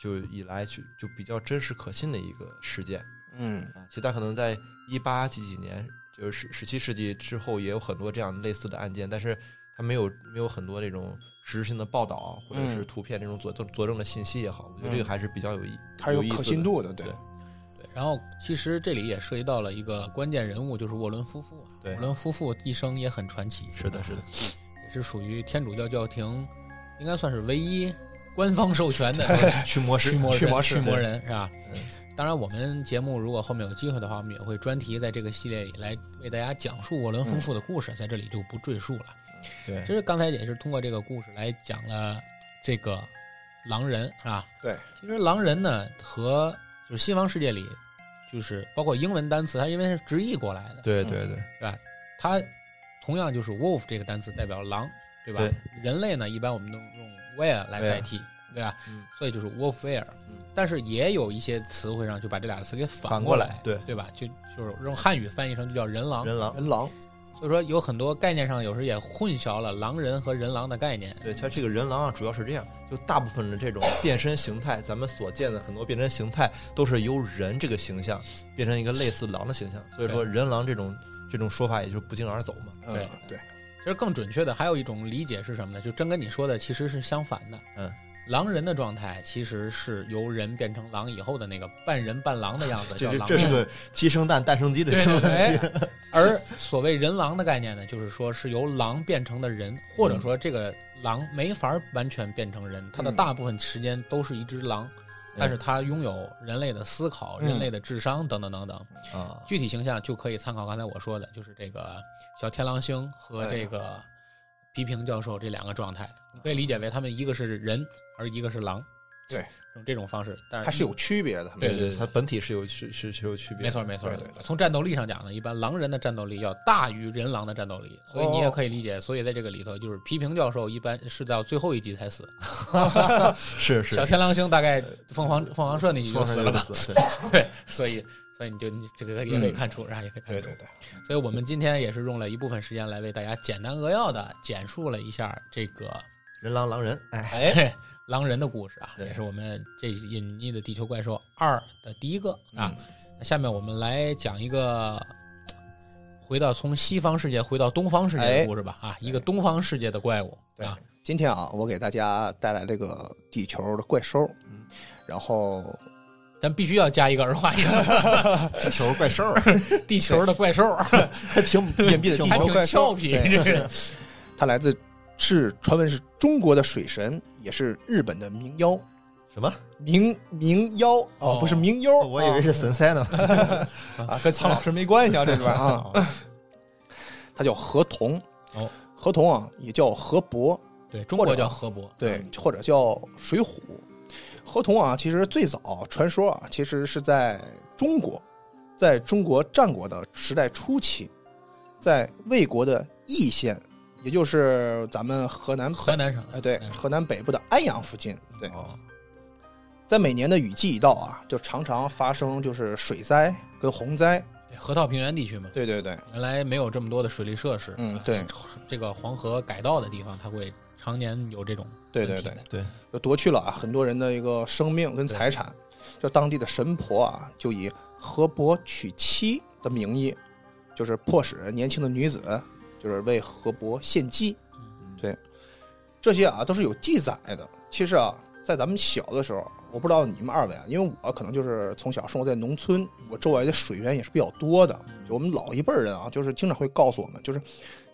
A: 就以来就就比较真实可信的一个事件。
C: 嗯
A: 啊，其实它可能在一八几几年，就是十十七世纪之后，也有很多这样类似的案件，但是它没有没有很多这种实质性的报道啊或者是
C: 嗯
A: 图片这种佐证佐证的信息也好，我觉得这个
C: 嗯
A: 还是比较有意，
C: 还是有
A: 意思的
C: 可信度的对
B: 对。然后其实这里也涉及到了一个关键人物，就是沃伦夫妇啊。
A: 对
B: 沃伦夫妇一生也很传奇，
A: 是的，是的，
B: 也是属于天主教教廷，应该算是唯一官方授
A: <laughs>
B: 权的
A: <laughs> 驱魔师，
B: 驱魔人
A: 驱魔
B: 驱
A: 师，
B: 魔
A: 对
B: 人是吧
A: 嗯？
B: 当然，我们节目如果后面有机会的话，我们也会专题在这个系列里来为大家讲述沃伦夫妇的故事，在这里就不赘述了。
A: 嗯对
B: 其实刚才也是通过这个故事来讲了这个狼人啊。
C: 对，
B: 其实狼人呢和就是西方世界里，就是包括英文单词，它因为是直译过来的，
A: 对嗯对对
B: 它同样就是 wolf 这个单词代表狼，对吧？
A: 对
B: 人类呢，一般我们都用 where 来
A: where
B: 代替，对吧？
A: 嗯
B: 所以就是 wolf where，、但是也有一些词汇上就把这俩词给
A: 反
B: 反
A: 过
B: 来
A: 来，，对
B: 对吧？就就是用汉语翻译成就叫人狼。
A: 人狼，
C: 人狼
B: 所以说有很多概念上有时也混淆了狼人和人狼的概念。
A: 对，它这个人狼啊，主要是这样，就大部分的这种变身形态，咱们所见的很多变身形态都是由人这个形象变成一个类似狼的形象，所以说人狼这种这种说法也就不胫而走嘛。
C: 嗯对
B: 其实更准确的还有一种理解是什么呢？就真跟你说的其实是相反的。
A: 嗯，
B: 狼人的状态其实是由人变成狼以后的那个半人半狼的样子，
A: 这
B: 叫
A: 这
B: 狼人。
A: 这是个鸡生蛋，蛋生鸡的
B: 对
A: 这种
B: 对
A: 问题。
C: <laughs>
B: 对。而所谓人狼的概念呢，就是说是由狼变成的人，或者说这个狼没法完全变成人，它的
C: 嗯哎
B: 大部分时间都是一只狼，但是它拥有人类的思考、
C: 嗯
B: 人类的智商等等等等。
A: 啊，
B: 具体形象就可以参考刚才我说的，就是这个小天狼星
C: 哎
B: 和这个皮平教授这两个状态，你可以理解为他们一个是人，而一个是狼。
C: 对，
B: 用这种方式，但是
C: 它是有区别的。
B: 对
A: 它本体是有是是是有区别的，
B: 没错没错
C: 对对对
B: 从战斗力上讲呢，一般狼人的战斗力要大于人狼的战斗力，所以你也可以理解。所以在这个里头，就是批评教授一般是到最后一集才死，
A: 是是
B: 小天狼星大概凤凰凤凰社那集就
A: 说
B: 死
A: 上
B: 了
A: 就
B: 吧？
A: 死，
B: 对，所以所以你就你这个也可以看出，然后也可以看出。
C: 对对，
B: 所以我们今天也是用了一部分时间来为大家简单扼要的简述了一下这个
A: 人狼狼人，哎，
B: 哎狼人的故事啊，
A: 对
B: 也是我们这隐匿的地球怪兽二的第一个啊。
C: 嗯
B: 那下面我们来讲一个。呃回到从西方世界回到东方世界的
C: 哎
B: 故事吧，啊，一个东方世界的怪物
C: 对
B: 啊，
C: 今天啊，我给大家带来这个地球的怪兽
A: 嗯，
C: 然后
B: 咱必须要加一个儿化音，
A: 地球怪兽
B: <laughs> 地球的
C: <laughs>
B: 怪兽，
A: 还挺
C: 隐蔽的地
B: 还
C: 球
B: 挺
C: 怪
B: 俏
C: 兽
B: 皮，
C: 对
B: 这是
C: <laughs> 它来自是传闻是中国的水神，也是日本的名妖，
A: 什么？
C: 名名妖哦
B: 哦，
C: 不是名妖，
A: 我以为是神
B: <laughs>
A: 仙呢。
C: 啊啊，跟苍老师没关系啊，这里边啊， <laughs> 它叫河童。
B: 哦，
C: 河童啊，也叫河伯，
B: 对中国
C: 或者
B: 叫河伯，
C: 对，或者叫水虎。河童啊，其实最早传说啊，其实是在中国，在中国战国的时代初期，在魏国的易县，也就是咱们河南
B: 河
C: 南
B: 南省的
C: 哎，对，
B: 嗯
C: 河南北部的安阳附近，对，
A: <laughs> 哦，
C: 在每年的雨季一到啊，就常常发生就是水灾跟洪灾，
B: 对河套平原地区嘛，
C: 对对对，
B: 原来没有这么多的水利设施，
C: 嗯
B: 啊
C: 对，
B: 这个黄河改道的地方，它会常年有这种
C: 对
B: 问
C: 对
B: 题
C: 对
B: 在，
A: 对，
C: 就夺去了啊很多人的一个生命跟财产。就当地的神婆啊，就以河伯娶妻的名义，就是迫使年轻的女子，就是为河伯献祭。对，这些啊都是有记载的。其实啊，在咱们小的时候，我不知道你们二位啊，因为我可能就是从小生活在农村，我周围的水源也是比较多的。就我们老一辈儿人啊，就是经常会告诉我们，就是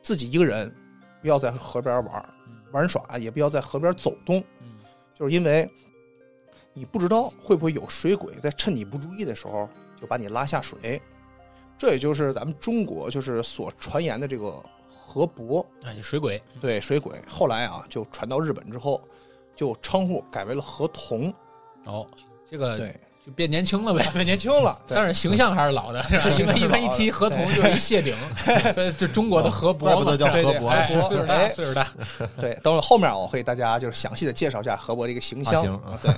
C: 自己一个人不要在河边玩儿
B: 嗯
C: 玩耍，也不要在河边走动。
B: 嗯
C: 就是因为你不知道会不会有水鬼在趁你不注意的时候就把你拉下水。这也就是咱们中国就是所传言的这个河伯
B: 哎，水鬼，
C: 对水鬼，后来啊就传到日本之后，就称呼改为了河童，
B: 哦，这个
C: 对，
B: 就变年轻了呗。
C: 变年轻了， <laughs> 对
B: 但是形象还是老的，是吧？因为一般一提河童就是一谢顶，所以这中国的河
A: 怪
B: 伯
A: 不
B: 嘛
A: 得，叫
C: 对
A: 河
C: 对
A: 伯。啊
B: 哎，
C: 伯
B: 岁数大，
C: 哎
B: 岁数大，
C: 对，等会儿后面我会给大家就是详细的介绍一下河伯这个形
A: 发
C: 象
A: 型啊。
C: 对，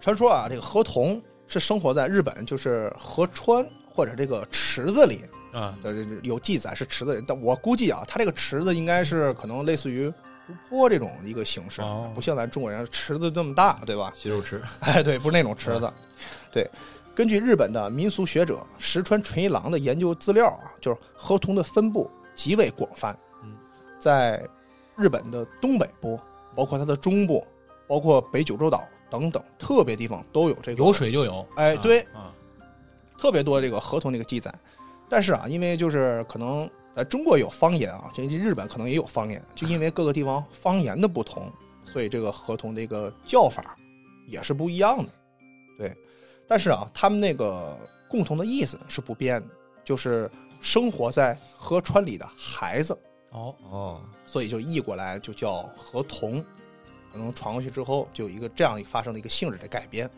C: 传说啊，这个河童是生活在日本就是河川或者这个池子里，
B: 啊，
C: 对，这呃有记载是池子，但我估计啊，它这个池子应该是可能类似于湖泊这种一个形式，
B: 哦
C: 不像咱中国人池子这么大，对吧？ <laughs>
A: 洗手池，
C: 哎，对，不是那种池子。对，根据日本的民俗学者石川纯一郎的研究资料啊，就是河童的分布极为广泛，
A: 嗯，
C: 在日本的东北部，包括它的中部，包括北九州岛等等特别地方都有这个
B: 有水就有，
C: 哎
B: 啊
C: 对
B: 啊，
C: 特别多这个合同这个记载。但是啊，因为就是可能在中国有方言啊，这日本可能也有方言，就因为各个地方方言的不同，所以这个合同这个叫法也是不一样的。对，但是啊，他们那个共同的意思是不变的，就是生活在河川里的孩子，
B: 哦，
A: 哦，
C: 所以就译过来就叫河童。可能传过去之后，就有一个这样一个发生的一个性质的改变。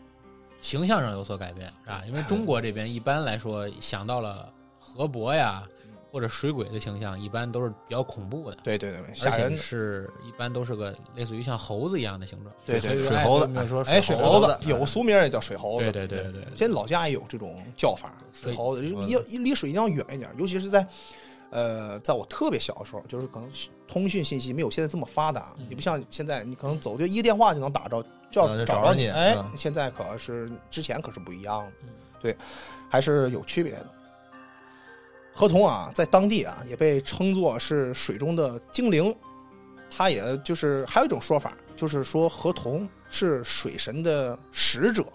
B: 形象上有所改变，是吧？因为中国这边一般来说想到了河伯呀
C: 嗯，
B: 或者水鬼的形象，一般都是比较恐怖的，
C: 对对对，
B: 而
C: 吓人
B: 且
C: 的。
B: 是一般都是个类似于像猴子一样的形状，
C: 对对
B: 所以说
A: 水
B: 哎
A: 猴子
B: 所以我们就说
C: 哎，
A: 水
C: 水
A: 猴
C: 猴
A: 子
C: 子有俗名也叫水猴
B: 对
C: 子，
B: 对对对对，
C: 现在老家也有这种叫法，
B: 水
C: 水猴子，
A: 嗯
C: 离离水一定要远一点，尤其是在，呃，在我特别小的时候，就是可能通讯信息没有现在这么发达，
B: 嗯
C: 你不像现在，你可能走就一个电话就能打着，叫
A: 嗯就找
C: 找
A: 着
C: 着
A: 你
C: 哎
A: 嗯，
C: 现在可是之前可是不一样的
B: 嗯，
C: 对，还是有区别的。河童啊，在当地啊也被称作是水中的精灵，它也就是还有一种说法，就是说河童是水神的使者，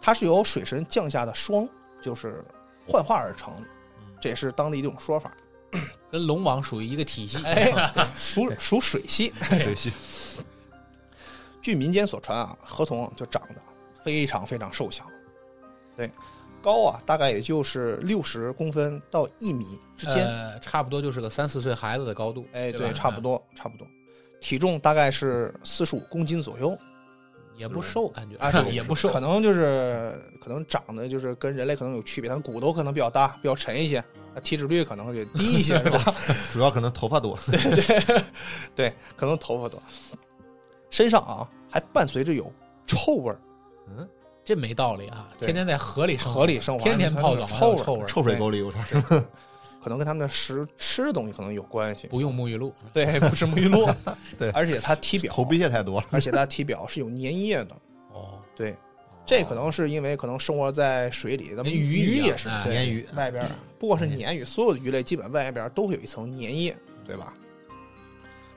C: 它是由水神降下的霜，就是幻化而成，
A: 嗯
C: 这也是当地一种
A: <laughs>
C: 说法，哎
B: 跟龙王属于一个体系，
C: 属属水系。
A: 水系，
C: 据民间所传啊，河童就长得非常非常瘦小，对，高啊大概也就是六十公分到一米之间，
B: 呃，差不多就是个三四岁孩子的高度，
C: 哎，
B: 对吧，嗯 <laughs>
C: 对，差不多，差不多，体重大概是四十五公斤左右。
B: 嗯也不瘦，感觉
C: 啊，对
B: <laughs> 也不瘦，
C: 可能就是可能长得就是跟人类可能有区别，它骨头可能比较大，比较沉一些，啊体脂率可能也低
B: <laughs>
C: 一些，是吧？
A: 主要可能头发多，
C: 对，可能头发多，身上啊还伴随着有臭味儿，
A: 嗯，
B: 这没道理啊！
C: 对
B: 天天在河里生活，
C: 河里生活
B: 天天泡澡还
C: 臭
B: 有
C: 味
B: 臭
C: 儿，
B: 味儿，
A: 臭水沟里有点儿。，
C: 可能跟他们的食吃的东西可能有关系。
B: 不用沐浴露，
C: 对，不是沐浴露
B: <laughs>
A: 对
C: 而且它体表
A: 头皮屑太多了，
C: 而且它体表是有粘液的。
B: 哦，
C: 对，这可能是因为可能生活在水里，那么
B: 跟
C: 鱼
B: 鱼一样
C: 也是
B: 哎
C: 对
A: 鲶鱼
C: 外边儿，不管是
A: 嗯
C: 鲶鱼，所有的鱼类基本外边儿都会有一层粘液，对吧？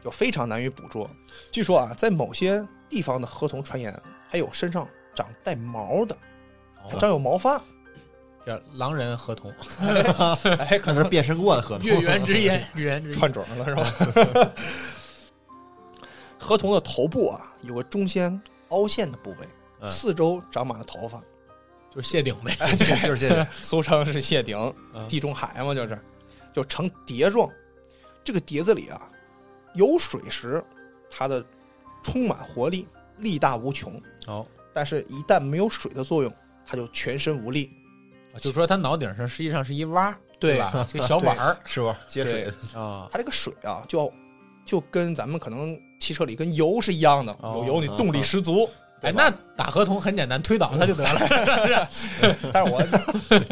C: 就非常难以捕捉。据说啊，在某些地方的河童传言，还有身上长带毛的，
B: 哦
C: 还长有毛发，
B: 叫狼人合同，
C: 哎，可
A: 看这
C: 能
A: 变身过的合同。
B: 月圆之夜，
C: <laughs>
B: 月圆之夜，
C: 串种了是吧？河童的头部啊，有个中间凹陷的部位，
B: 嗯
C: 四周长满了头发，
B: <laughs> 就是谢顶呗，
A: 哎对，就是这个。
C: 俗称是谢顶。
B: 嗯
C: 地中海嘛，就是，就呈碟状。这个碟子里啊，有水时，它的充满活力，力大无穷；
B: 哦，
C: 但是，一旦没有水的作用，它就全身无力。
B: 啊就说他脑顶上实际上是一蛙，
C: 对
B: 吧？这个小碗儿
A: 是吧？接水
C: 对
B: 啊，
C: 它这个水啊，就就跟咱们可能汽车里跟油是一样的，
B: 哦
C: 有油你动力十足。
B: 哎，
C: 对吧
B: 那打合同很简单，推倒它就得
C: <laughs>
B: 了，
C: 但是我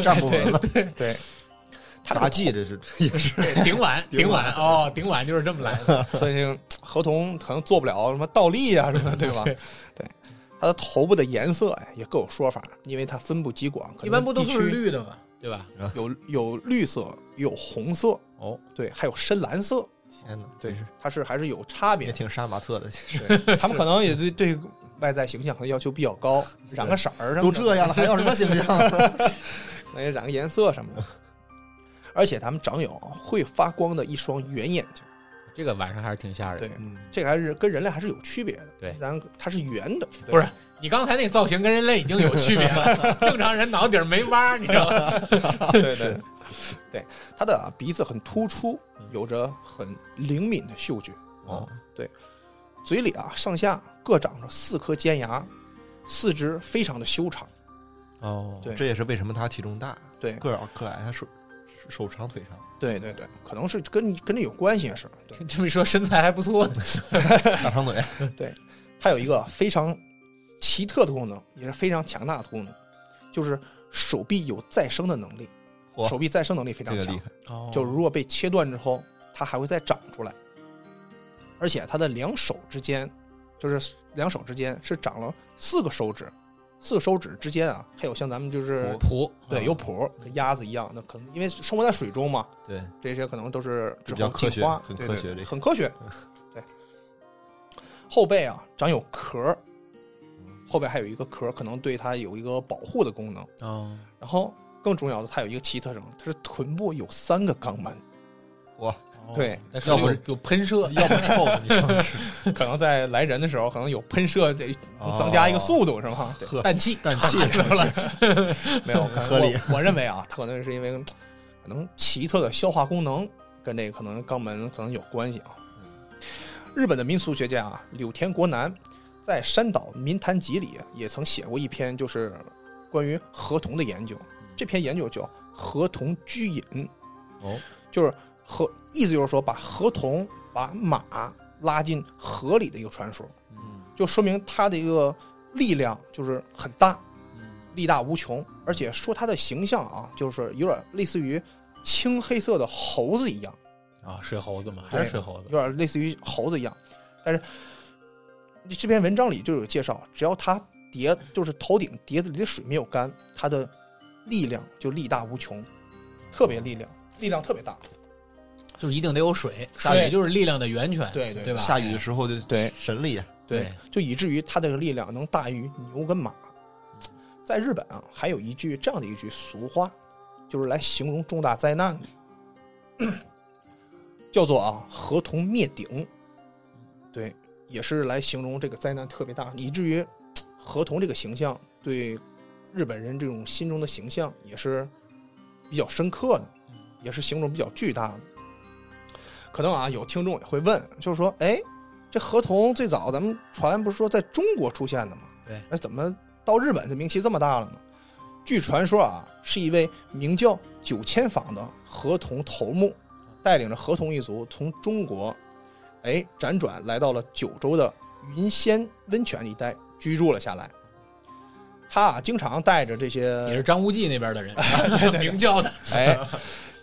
A: 站不稳了，
C: 对 <laughs> 它这
A: 杂
C: 个
A: 技这是也是
B: 顶碗，
A: 顶
B: 顶
A: 碗
B: 碗，哦，顶碗就是这么来
C: <laughs>
B: 的， <laughs>
C: 所以这个合同可能做不了什么倒立啊什么的，对吧？对，它的头部的颜色呀也各有说法，因为它分布极广，可能
B: 一般不都
C: 地
B: 是
C: 区
B: 绿的嘛，对吧？
C: 有有绿色，有红色，
B: 哦，
C: 对，还有深蓝色，
A: 天哪，
C: 对
A: 这是，
C: 它是还是有差
A: 也
C: 别。
A: 挺杀马特的，其实
C: 对，他们可能也对对外在形象可能要求比较高，染个色儿什么的
A: 都这样了，
B: <laughs>
A: 还要什么形象？啊
C: 可能也染个颜色什么的。而且他们长有会发光的一双圆眼睛，
B: 这个晚上还是挺吓人
C: 对
B: 的。，
A: 嗯
C: 这个还是跟人类还是有区别的。
B: 对
C: 咱它是圆的，对
B: 不是你刚才那个造型跟人类已经有区别
C: <laughs>
B: 了，正常人脑顶儿没弯儿，你知道吗？
A: <laughs>
C: 对对对，它的啊鼻子很突出，有着很灵敏的嗅觉，啊
B: 哦，
C: 嘴里啊上下各长着四颗尖牙，四肢非常的修长。
B: 哦
C: 对
A: 这也是为什么他体重大，
C: 对
A: 个儿个矮，他手手长腿长。
C: 对对对，可能是跟跟这有关系也是。对，
B: <laughs> 这么一说，身材还不错呢。
A: 大长腿，
C: 它有一个非常奇特的功能，也是非常强大的功能，就是手臂有再生的能力，
A: 嚯
C: 手臂再生能力非常
A: 这个
C: 强
A: 厉。害，
B: 哦
C: 就是如果被切断之后，它还会再长出来，而且它的两手之间，就是两手之间是长了四个手指，四个手指之间啊，还有像咱们就是
B: 普
A: 嗯
C: 对有蹼，跟鸭子一样，那可能因为生活在水中嘛，
A: 对，
C: 这些可能都是
A: 比
C: 之
A: 较
C: 后
A: 科
C: 进
A: 学
C: 化，
A: 很
C: 对
A: 科
C: 对
A: 学这个
C: 很
A: <laughs>
C: 科学。对，后背啊长有壳儿，后背还有一个壳儿，可能对它有一个保护的功能。
B: 哦，
C: 然后更重要的，它有一个奇特性，它是臀部有三个肛门，对
B: 再说
A: 要不
B: 哦有有喷射，
A: 要不臭，你说
C: 可能在来人的时候，可能有喷射得
A: 哦
C: 增加一个速度，是吗？对，
A: 呵，
B: <laughs> 氮气，
A: 氮
B: <laughs>
A: 气
C: <laughs> 没有，可能
A: 合理
C: 我。我认为啊，它可能是因为可能奇特的消化功能跟这个可能肛门可能有关系啊。
A: 嗯
C: 日本的民俗学家啊，柳田国男在山岛民谈集里也曾写过一篇，就是关于河童的研究。
A: 嗯
C: 这篇研究叫《河童居隐》，
B: 哦，
C: 就是河，意思就是说把河童、把马拉进河里的一个传说。
B: 嗯
C: 就说明它的一个力量就是很大，
B: 嗯
C: 力大无穷。而且说它的形象啊，就是有点类似于青黑色的猴子一样，
B: 啊，水猴子嘛，
C: 对
B: 还是水猴子，
C: 有点类似于猴子一样。但是这篇文章里就有介绍，只要它叠就是头顶碟子里的水没有干，它的力量就力大无穷，特别力量，力量特别大。
B: 就是一定得有水，
C: 下雨
B: 水就是力量的源泉，
C: 对对
B: 对吧？哎
A: 下雨的时候就
C: 对
A: 神力啊，
C: 对
B: 对，
C: 就以至于它这个力量能大于牛跟马。在日本啊，还有一句这样的一句俗话，就是来形容重大灾难的，叫做啊“合同灭顶”。对，也是来形容这个灾难特别大，以至于合同这个形象对日本人这种心中的形象也是比较深刻的，也是形容比较巨大的。可能啊，有听众也会问，就是说，哎，这合同最早咱们船不是说在中国出现的吗？
B: 对，
C: 那怎么到日本这名气这么大了呢？据传说啊，是一位名叫九千坊的河童头目，带领着河童一族从中国，哎，辗转来到了九州的云仙温泉一带居住了下来。他啊，经常带着这
B: 也
C: 些，
B: 是张无忌那边
C: <laughs>
B: 的人，明教的，
C: 哎，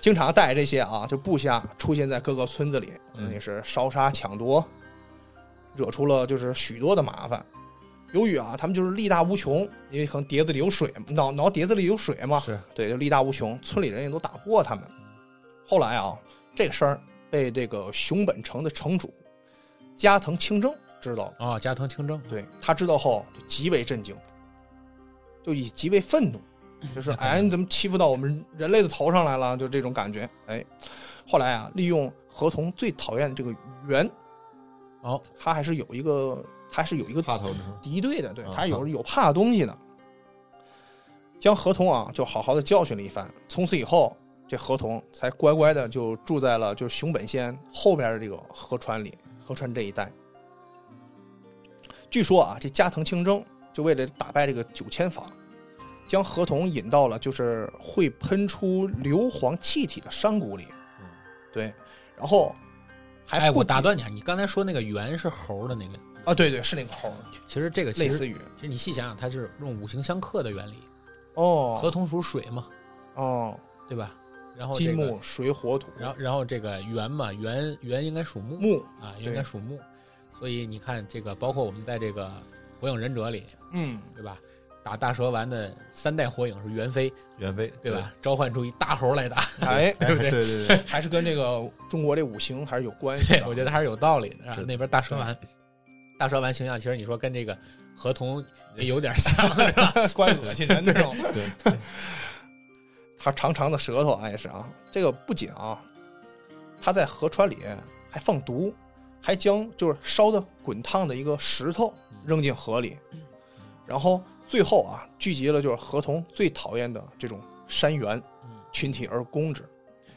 C: 经常带着这些啊，就部下出现在各个村子里，
A: 嗯
C: 也是烧杀抢夺，惹出了就是许多的麻烦。由于啊，他们就是力大无穷，因为可能碟子里有水，脑脑碟子里有水嘛，
B: 是
C: 对，就力大无穷，村里人也都打不过他们。后来啊，这个事儿被这个熊本城的城主加藤清正知道了，
B: 啊，加藤清正，
C: 对他知道后就极为震惊，就以极为愤怒，就说：“哎，你怎么欺负到我们人类的头上来了？”就这种感觉。哎，后来啊，利用合同最讨厌的这个猿，
B: 哦，
C: 他还是有一个，他还是有一个
A: 怕头呢？
C: 敌对的，对
A: 啊
C: 他有有怕的东西的。将合同啊，就好好的教训了一番。从此以后，这合同才乖乖的就住在了就是熊本县后边的这个河川里，河川这一带。据说啊，这加藤清正就为了打败这个九千坊，将河童引到了就是会喷出硫磺气体的山谷里。
A: 嗯
C: 对，然后还
B: 哎，
C: 不
B: 我
C: 打
B: 打断你啊，你刚才说那个猿是猴的那个，
C: 啊，对对，是那个猴儿，
B: 其实这个
C: 类
B: 其实
C: 似于
B: 其实你细想想，它是用五行相克的原理，河
C: 哦
B: 童属水嘛，
C: 哦，
B: 对吧？然后
C: 金
B: 哦这个
C: 木，水火土，
B: 然后然后这个猿嘛，猿猿应该属木
C: 木，
B: 啊，应该属木，所以你看这个，包括我们在这个《火影忍者》里，
C: 嗯，
B: 对吧？打大蛇丸的三代火影是猿飞，
A: 袁飞
B: 对吧？召唤出一大猴来打，
C: 哎，
A: 对对对对，
C: 还是跟这个中国这五行还是有关系
B: 对 <laughs>
C: 的。
B: 我觉得还是有道理的。啊
A: 是的
B: 那边大蛇丸，大蛇丸形象其实你说跟这个河童也有点像，是吧？
C: 怪恶心人那种。
A: 对，
C: 他长长的舌头啊，也是啊。这个不仅啊，他在河川里还放毒，还将就是烧的滚烫的一个石头扔进河里，然后最后啊，聚集了就是河童最讨厌的这种山猿
B: <laughs> 嗯
C: 群体而攻之。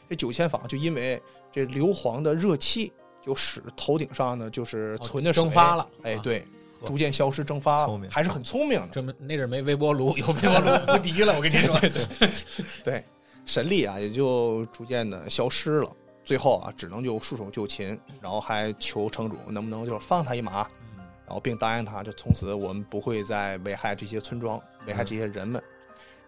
C: 这九千坊就因为这硫磺的热气，就使头顶上呢就是存的水
B: 哦蒸发了
C: 哎，
B: 啊
C: 对，逐渐消失，蒸发
A: 聪明
C: 还是很聪明的。
B: 这么那阵儿没微波炉，有微波炉无敌了。我跟你说，
C: 对，神力啊也就逐渐的消失了。最后啊，只能就束手就擒，然后还求城主能不能就是放他一马，
B: 嗯
C: 然后并答应他，就从此我们不会再危害这些村庄、危
B: 嗯
C: 害这些人们。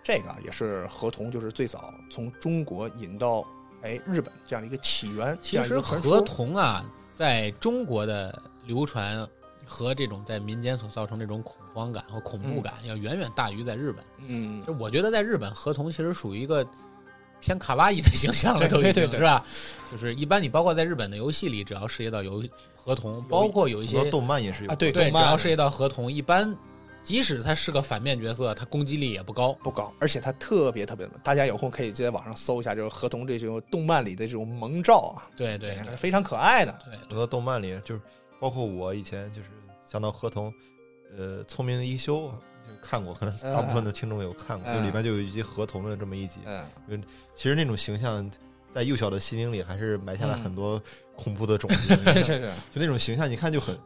C: 这个啊也是河童就是最早从中国引到哎日本这样的一个起源。这
B: 其
C: 样一
B: 实
C: 个传
B: 河
C: 说
B: 童啊，在中国的流传和这种在民间所造成这种恐慌感和恐怖感，要远远大于在日本。
C: 嗯
B: 就我觉得在日本，河童其实属于一个偏卡哇伊的形象了，
C: 对
B: 都已经
C: 对对对
B: 是吧？就是一般你包括在日本的游戏里，只要涉及到游河童，包括有一
A: 很
B: 些
A: 多动漫也是有
C: 啊对
B: 对，
C: 动
B: 只
C: 漫
B: 要涉及到河童，一般即使他是个反面角色，他攻击力也不高。
C: 不高，而且它特别特别大家有空可以在网上搜一下，就是河童这种动漫里的这种萌照啊，
B: 对对
C: 哎
B: 对
C: 非常可爱的。
B: 对
A: 很多动漫里，就是包括我以前就是想到合同，呃，聪明的一休就看过，可能
C: 嗯
A: 大部分的听众有看过，
C: 嗯
A: 就里面就有一集合同的这么一集。
C: 嗯，
A: 其实那种形象在幼小的心灵里还是埋下了
C: 嗯
A: 很多恐怖的种子，
C: 是是是。
A: 就那种形象，你看就很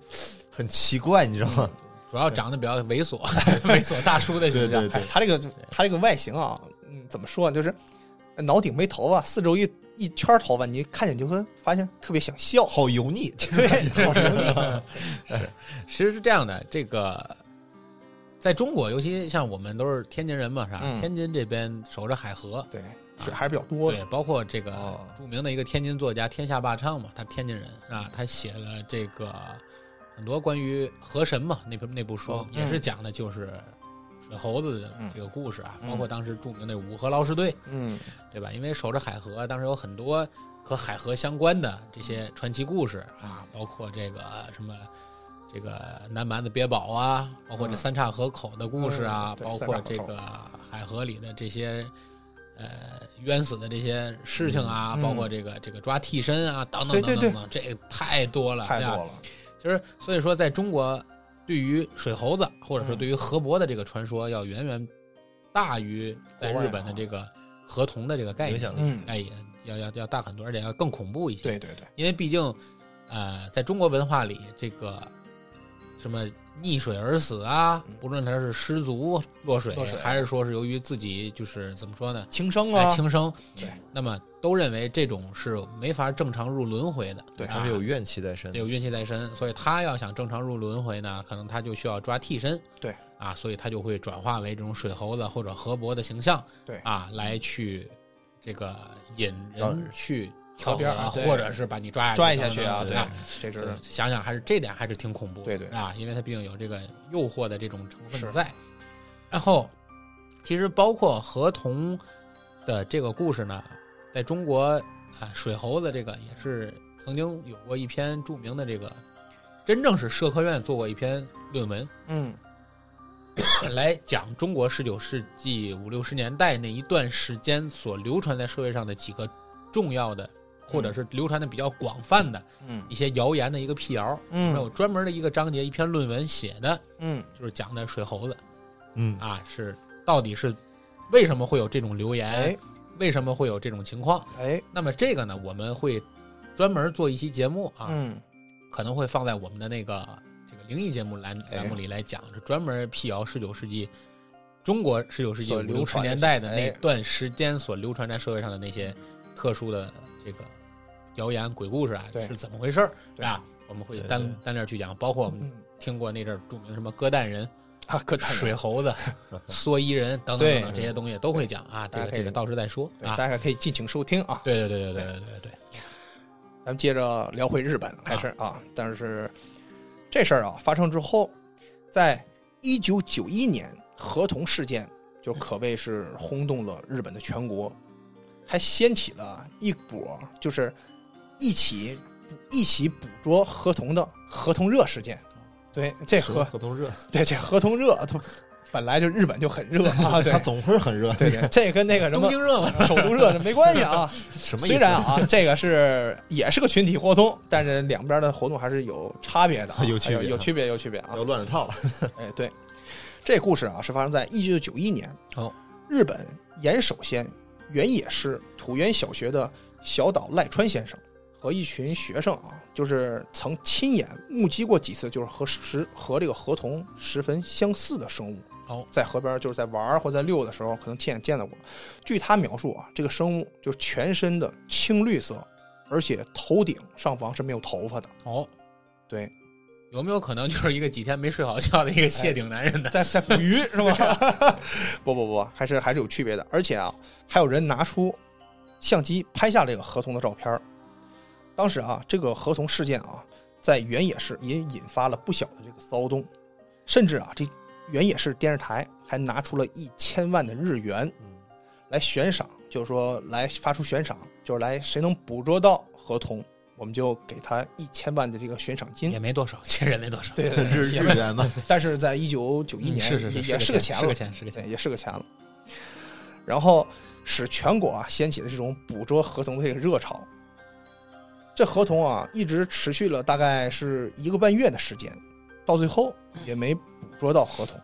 A: 很奇怪，你知道
C: 嗯
A: 吗？
B: 主要长得比较猥
C: <laughs>
B: 琐，猥琐大叔的
A: 对
B: 形象
A: 对。对
C: 哎，，他这个他这个外形啊，嗯，怎么说呢？就是呃脑顶没头发，四周一一圈头发，你看见就会发现特别想笑。
A: 好油腻， <laughs> 其实
C: 对，好油腻。
B: 其实是这样的，这个在中国，尤其像我们都是天津人嘛，是吧？
C: 嗯
B: 天津这边守着海河，
C: 对，水还是比较多的。
B: 对，包括这个
A: 哦
B: 著名的一个天津作家天下霸唱嘛，他天津人
C: 嗯
B: 啊，他写了这个很多关于河神嘛那部那部书
A: 哦，
B: 也是讲的就是水猴子的
C: 嗯
B: 这个故事啊，
C: 嗯
B: 包括当时著名的五河捞尸队，
C: 嗯
B: 对吧？因为守着海河，当时有很多和海河相关的这些传奇故事啊，包括这个什么。这个南蛮的碉堡啊，包括这
C: 嗯
B: 三岔河口的故事啊
C: 嗯，对
B: 包
C: 三
B: 括
C: 岔河
B: 这
C: 口
B: 个海河里的这些呃冤死的这些事情啊，
C: 嗯
B: 包括这个这个抓替身啊，等等
C: 对
B: 等
C: 对
B: 等等，这个太多了，
C: 太
B: 对
C: 多
B: 吧
C: 了。
B: 就是所以说，在中国，对于水猴子或者说
C: 嗯
B: 对于河伯的这个传说，要远远大于在日
C: 啊
B: 本的这个河童的这个概
A: 影
B: 念，
A: 响力。
C: 嗯，
B: 哎，也要要要大很多，而且要更恐怖一些。
C: 对对对，
B: 因为毕竟，呃，在中国文化里，这个什么溺水而死啊，不论他是失足落水，
C: 嗯落水啊
B: 还是说是由于自己就是怎么说呢，
C: 轻生
B: 哎
C: 啊，
B: 轻生，
C: 对，
B: 那么都认为这种是没法正常入轮回的，
C: 对
A: 他
B: 啊
A: 是，有怨气在身
B: 得，有冤气在身，所以他要想正常入轮回呢，可能他就需要抓替身，
C: 对，
B: 啊，所以他就会转化为这种水猴子或者河伯的形象，
C: 对
B: 啊，来去这个引
A: 让
B: 人去
C: 河边儿
B: 啊，
C: 啊对
B: 或者是把你抓
C: 拽
B: 去
C: 下去啊，
B: 等等
C: 对
B: 啊，
C: 这
B: 对
C: 是
B: 想想还是这点还是挺恐怖的，
C: 对对
B: 啊，因为它毕竟有这个诱惑的这种成分
C: 是
B: 在。然后，其实包括河童的这个故事呢，在中国啊，水猴子这个也是曾经有过一篇著名的这个，真正是社科院做过一篇论文，
C: 嗯
B: 来讲中国十九世纪五六十年代那一段时间所流传在社会上的几个重要的，或者是流传的比较广泛的
C: 嗯
B: 一些谣言的一个辟谣。那有
C: 嗯
B: 专门的一个章节，一篇论文写的
C: 嗯
B: 就是讲的水猴子
A: 嗯，
B: 啊，是到底是为什么会有这种流言，
C: 哎
B: 为什么会有这种情况？
C: 哎
B: 那么这个呢，我们会专门做一期节目啊，
C: 嗯
B: 可能会放在我们的那个这个灵异节目栏
C: 哎
B: 栏目里来讲，是专门辟谣十九世纪中国十九世纪
C: 所
B: 五
C: 流
B: 六十
C: 传的
B: 年代的那
C: 哎
B: 段时间所流传在社会上的那些特殊的这个谣言、鬼故事啊，
C: 对
B: 是怎么回事儿
C: 对
B: 啊？我们会
A: 对
B: 单
A: 对
B: 单列去讲，包括我们
C: 嗯
B: 听过那阵儿著名什么鸽蛋人、
C: 啊，可太
B: 水猴
C: <laughs>
B: 子、蓑衣人等等等等
C: 对
B: 这些东西都会讲啊。这个
C: 大家可以
B: 这个到时再说
C: 对，
B: 啊。
C: 大家可以尽情收听啊。
B: 对对对对对对对对，
C: 咱们接着聊回日本开始啊，但是这事儿啊发生之后，在一九九一年合同事件就可谓是轰动了日本的全国，还掀起了一股就是一起一起捕捉合同的合同热事件。对，这
A: 合
C: 合
A: 合同热，
C: 对这合同热，它本来就日本就很热 <laughs> 啊，对
A: 他总会很热，
C: 对对，这跟那个什
B: 东
C: 么
B: 京热嘛，
C: 首都热这没关系啊。
A: 什么意
C: 虽
A: 思
C: 然？啊，这个是也是个群体活动，但是两边的活动还是有差别的啊、
A: <laughs> 有区别
C: 哎有区别，有区别啊
A: 要！乱了套了，
C: 哎，对，这故事啊是发生在一九九一年，
B: 哦，
C: 日本岩手县原野市土原小学的小岛赖川先生和一群学生啊，就是曾亲眼目击过几次，就是和石和这个河童十分相似的生物。
B: 哦，
C: 在河边就是在玩儿或在遛的时候，可能亲眼见到过。据他描述啊，这个生物就是全身的青绿色，而且头顶上方是没有头发的。
B: 哦，
C: 对，
B: 有没有可能就是一个几天没睡好觉的
C: 哎
B: 一个谢顶男人的？
C: 在在捕鱼是吧？ <laughs> 不不不，还是还是有区别的。而且啊，还有人拿出相机拍下这个合同的照片儿。当时啊，这个合同事件啊，在原野市也引发了不小的这个骚动，甚至啊，这原野市电视台还拿出了一千万的日元来悬赏，就是说来发出悬赏，就是来谁能捕捉到合同，我们就给他一千万的这个悬赏金
B: 也。没多少，其实也没多少。
C: 嗯对 <laughs> 对
A: <laughs> 日
C: 对，也
A: 日
C: 没
A: 元嘛，啊
C: 但是在一九九
B: 嗯，
C: 一年
B: 是是
C: 也
B: 是，
C: 也
B: 是
C: 个钱
B: 是
C: 了
B: 个，钱，是个
C: 对，
B: 钱。
C: 也是个钱了。然后使全国啊掀起了这种捕捉合同的这个热潮。这合同啊一直持续了大概是一个半月的时间，到最后也没捕捉到合同。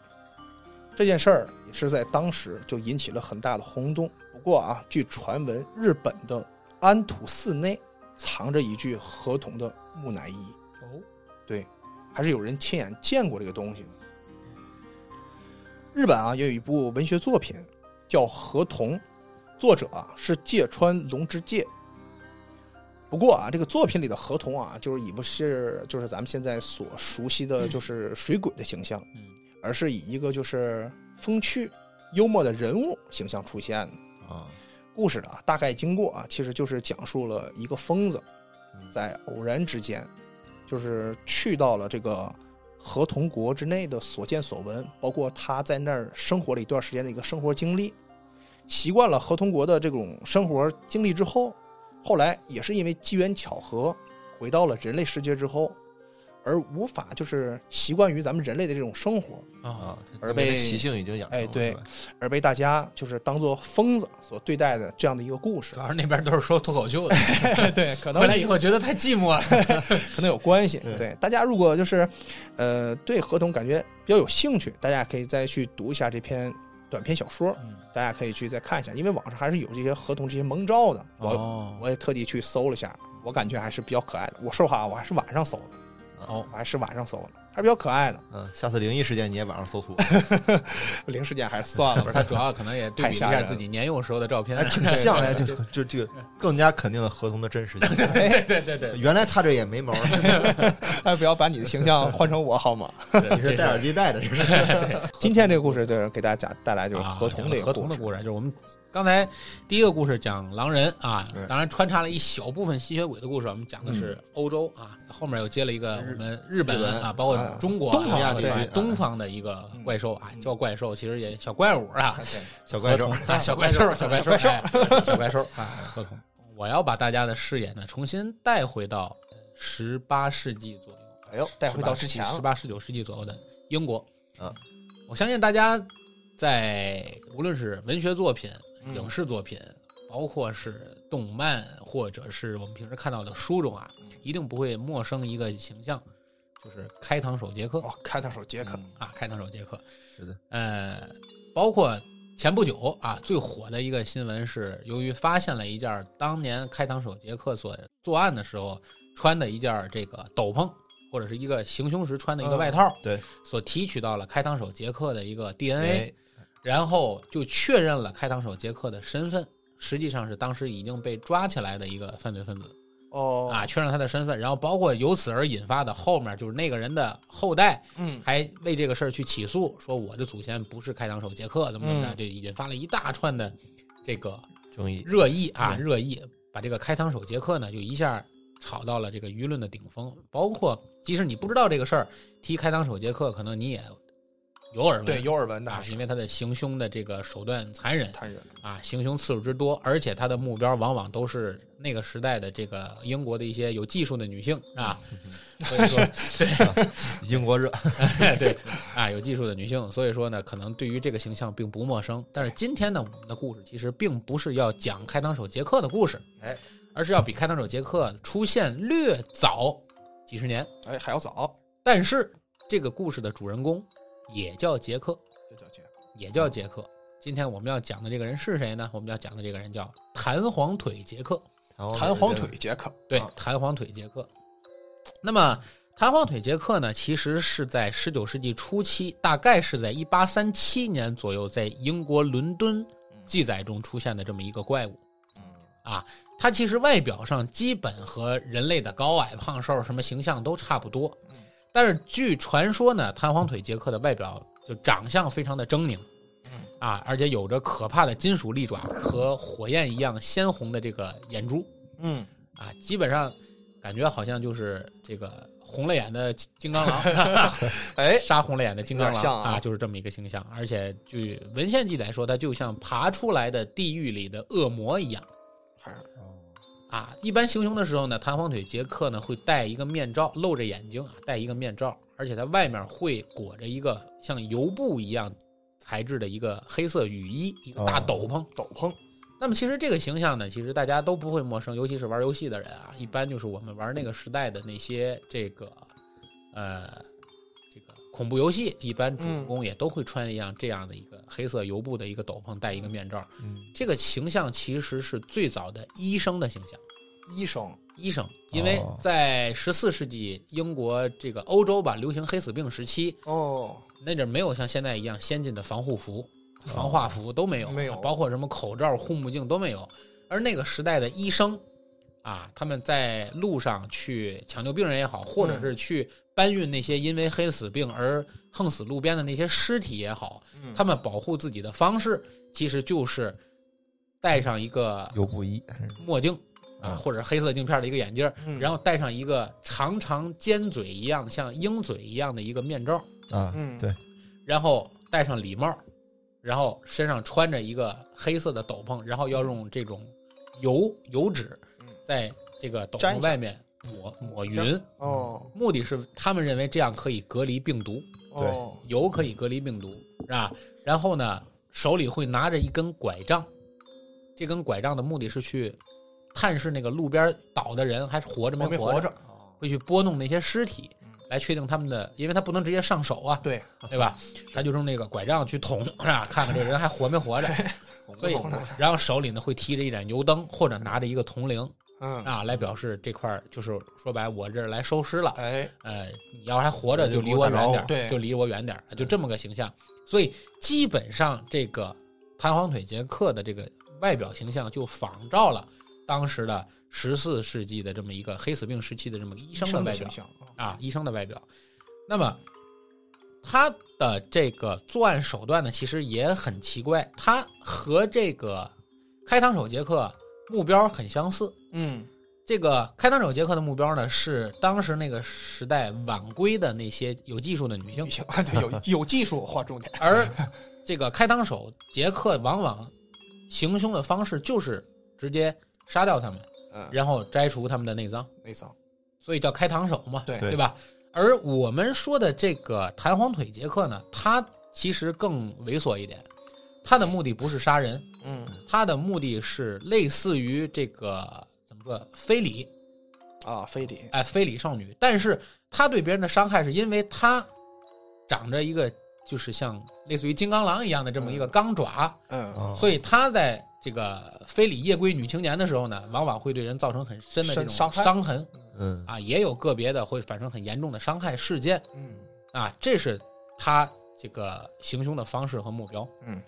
C: 这件事儿也是在当时就引起了很大的轰动。不过啊，据传闻，日本的安土寺内藏着一具合同的木乃伊。
B: 哦，
C: 还是有人亲眼见过这个东西的。日本啊，也有一部文学作品叫《河童》，作者啊是芥川龙之介。不过啊，这个作品里的河童啊，就是以不是就是咱们现在所熟悉的就是水鬼的形象，
B: 嗯，
C: 而是以一个就是风趣、幽默的人物形象出现的。
A: 啊，
C: 故事的啊大概经过啊，其实就是讲述了一个疯子
A: 嗯
C: 在偶然之间，就是去到了这个河童国之内的所见所闻，包括他在那儿生活了一段时间的一个生活经历，习惯了河童国的这种生活经历之后，后来也是因为机缘巧合回到了人类世界之后，而无法就是习惯于咱们人类的这种生活，
B: 啊，
C: 而
A: 因为那
C: 被
A: 习性已经养成了，
C: 哎对
A: 是吧，
C: 而被大家就是当做疯子所对待的这样的一个故事
B: 主。要是那边都是说脱口秀的，
C: <laughs> 对，可能
B: 回来以后觉得太寂寞了。
C: 可能有关系。
A: 对
C: 对，大家如果就是，呃，对合同感觉比较有兴趣，大家可以再去读一下这篇短篇小说，大家可以去再看一下，因为网上还是有这些合同这些蒙招的。 <laughs> 我、
B: 哦，
C: 我也特地去搜了一下，我感觉还是比较可爱的。我说实话，我还是晚上搜的，
B: 哦，
C: 我还是晚上搜的。还是比较可爱的。
A: 嗯，下次灵异事件你也网上
B: <laughs>
A: 搜索，
C: 零事件还是 <laughs> 算了
B: 不是 <laughs>
C: 吧。
B: 他主要可能也对比一
C: 太吓
B: 下
C: 人了
B: 自己年幼时候的照片
A: 还。
C: <laughs>
A: 挺像
B: 对
A: 哎，
B: 对
A: 就就这
B: <laughs>
A: 个更加肯定了合同的真实性。
B: 对对对
C: <laughs>
B: 对，
A: 原来他这也没毛，
B: <laughs>
C: 哎，不要把你的形象换成我好吗？
A: 你是戴耳机戴的，是不是？
C: 今天这个故事就是给大家讲带来就是合同
B: 的
C: 这个
B: 啊合同
C: 故
B: 的
C: <laughs> 事，
B: 故事，就是我们刚才第一个故事讲狼人啊
C: 对，嗯
B: 当然穿插了一小部分吸血鬼的故事，我们讲的是欧洲啊，后面又接了一个
A: 日
B: 我们日本
A: 日本
B: 啊，包括中国啊
C: 东方
B: 啊
A: 地
B: 对
A: 区
B: 东方的一个怪兽
C: 嗯
B: 啊，叫怪兽，其实也小怪物啊，
A: 小怪兽
B: 合，同啊，小怪兽，小怪兽，哎小 <laughs> 怪兽啊，合同。我要把大家的视野呢重新带回到呃十八世纪左右，
C: 哎呦，带回到之前
B: 十
C: 了。
B: 八十九世纪左右的英国。
A: 嗯，
B: 我相信大家在无论是文学作品、
C: 嗯
B: 影视作品，包括是动漫，或者是我们平时看到的书中啊，一定不会陌生一个形象，就是开膛手杰克
C: 哦，看到手杰克，
B: 啊，开膛手杰克。
A: 嗯是的，
B: 呃，包括前不久啊，最火的一个新闻是，由于发现了一件当年开膛手杰克所作案的时候穿的一件这个斗篷，或者是一个行凶时穿的一个
C: 嗯
B: 外套，
A: 对，
B: 所提取到了开膛手杰克的一个
A: 哎
B: DNA，、然后就确认了开膛手杰克的身份。实际上是当时已经被抓起来的一个犯罪分子
C: 哦，
B: 啊，确认他的身份，然后包括由此而引发的后面就是那个人的后代
C: 嗯，
B: 还为这个事儿去起诉，说我的祖先不是开膛手杰克，怎么怎么着，
C: 嗯
B: 就引发了一大串的这个
A: 正义，
B: 热议啊，
C: 嗯
B: 热议，把这个开膛手杰克呢，就一下炒到了这个舆论的顶峰。包括即使你不知道这个事儿，提开膛手杰克，可能你也有耳闻，
C: 对，有耳闻的
B: 啊
C: 还，是
B: 因为他的行凶的这个手段残忍
C: 残忍，
B: 啊，行凶次数之多，而且他的目标往往都是那个时代的这个英国的一些有技术的女性啊，
C: 嗯
B: 所以说。
A: 英国热，
B: <laughs> 对啊，有技术的女性，所以说呢，可能对于这个形象并不陌生。但是今天呢，我们的故事其实并不是要讲开膛手杰克的故事，
A: 哎，
B: 而是要比开膛手杰克出现略早几十年。
C: 哎，还要早，
B: 但是这个故事的主人公也叫杰克，
C: 这叫杰克，
B: 也叫杰克。今天我们要讲的这个人是谁呢？我们要讲的这个人叫弹簧腿杰克。
C: 弹簧腿杰克，
B: 哦对
C: 啊，
B: 弹簧腿杰克。那么，弹簧腿杰克呢，其实是在十九世纪初期，大概是在一八三七年左右，在英国伦敦
C: 嗯
B: 记载中出现的这么一个怪物。啊，它其实外表上基本和人类的高矮胖瘦什么形象都差不多
C: 嗯，
B: 但是据传说呢，弹簧腿杰克的外表就长相非常的狰狞
C: 嗯，
B: 啊，而且有着可怕的金属利爪和火焰一样鲜红的这个眼珠。
C: 嗯，
B: 啊，基本上感觉好像就是这个红了眼的金金刚
C: <laughs>
B: 狼，
C: 哎，
B: 杀红了眼的金刚
C: 有
B: 狼
C: 点像啊
B: 就是这么一个形象。而且据文献记载说，它就像爬出来的地狱里的恶魔一样
C: 还是
B: 啊。一般行凶的时候呢，弹簧腿杰克呢会戴一个面罩，露着眼睛啊，戴一个面罩，而且它外面会裹着一个像油布一样材质的一个黑色雨衣，一个大
A: 哦
B: 斗篷。
C: 斗篷，
B: 那么其实这个形象呢，其实大家都不会陌生，尤其是玩游戏的人啊，一般就是我们玩那个时代的那些这个呃这个恐怖游戏，一般主人公也都会穿一样这样的一个黑色油布的一个斗篷，戴一个面罩。
A: 嗯，
B: 这个形象其实是最早的医生的形象。
C: 医生，
B: 医生，因为
A: 哦
B: 在十四世纪英国这个欧洲吧，流行黑死病时期，
C: 哦，
B: 那阵儿没有像现在一样先进的防护服、防化服都没有，
C: 没有
B: 包括什么口罩、护目镜都没有。而那个时代的医生啊，他们在路上去抢救病人也好，或
C: 嗯
B: 者是去搬运那些因为黑死病而横死路边的那些尸体也好，
C: 嗯
B: 他们保护自己的方式其实就是戴上一个
A: 有不一，
B: 墨镜啊，
A: 嗯
B: 或者黑色镜片的一个眼镜儿，
C: 嗯
B: 然后戴上一个长长尖嘴一样像鹰嘴一样的一个面罩。
A: 啊，
C: 嗯
A: 对，
B: 然后戴上礼帽，然后身上穿着一个黑色的斗篷，然后要用这种油油纸
C: 嗯
B: 在这个斗
C: 粘一
B: 篷
C: 下嗯
B: 外面抹抹匀，
C: 哦，
B: 目的是他们认为这样可以隔离病毒，
C: 哦，
B: 油可以隔离病毒，是吧？然后呢，手里会拿着一根拐杖，这根拐杖的目的是去探视那个路边倒的人还是活着没哦
C: 我没
B: 活
C: 活着，
B: 会去拨弄那些尸体
C: 嗯，
B: 来确定他们的，因为他不能直接上手啊，
C: 对，
B: 对吧？他就用那个拐杖去捅，是吧？看看这
C: 啊
B: 人还活没活着。所以，然后手里呢会提着一盏油灯，或者拿着一个铜铃，
C: 嗯，
B: 啊，来表示这块儿就是说白，我这儿来收尸了。
C: 哎，
B: 呃，你要还活着
A: 对
B: 就离我远点儿，
C: 对对
B: 就离我远点儿，就这么个形象。所以基本上这个弹簧腿杰克的这个外表形象就仿照了当时的十四世纪的这么一个黑死病时期的这么个医
C: 医
B: 生的
C: 的
B: 外表
C: 形象
B: 啊，医生的外表。那么他的这个作案手段呢，其实也很奇怪，他和这个开膛手杰克目标很相似。
C: 嗯
B: 这个开膛手杰克的目标呢，是当时那个时代晚归的那些有技术的女
C: <laughs>
B: 性
C: 女，性对有有技术划重点，
B: 而这个开膛手杰克往往行凶的方式就是直接杀掉他们，
C: 嗯，
B: 然后摘除他们的内脏，
C: 内脏
B: 所以叫开膛手嘛，
C: 对
A: 对
B: 吧？而我们说的这个弹簧腿杰克呢，他其实更猥琐一点，他的目的不是杀人，
C: 嗯
B: 他的目的是类似于这个怎么说非礼，
C: 啊，非礼
B: 哎，非礼少女，但是他对别人的伤害是因为他长着一个就是像类似于金刚狼一样的这么一个钢爪，
A: 啊
C: 嗯
B: 所以他在这个非礼夜归女青年的时候呢，往往会对人造成很深的这
C: 深
B: 种
C: 伤害
B: 伤痕
A: 嗯，
B: 啊，也有个别的会产生很严重的伤害事件
C: 嗯
B: 啊，这是他这个行凶的方式和目标。
C: 嗯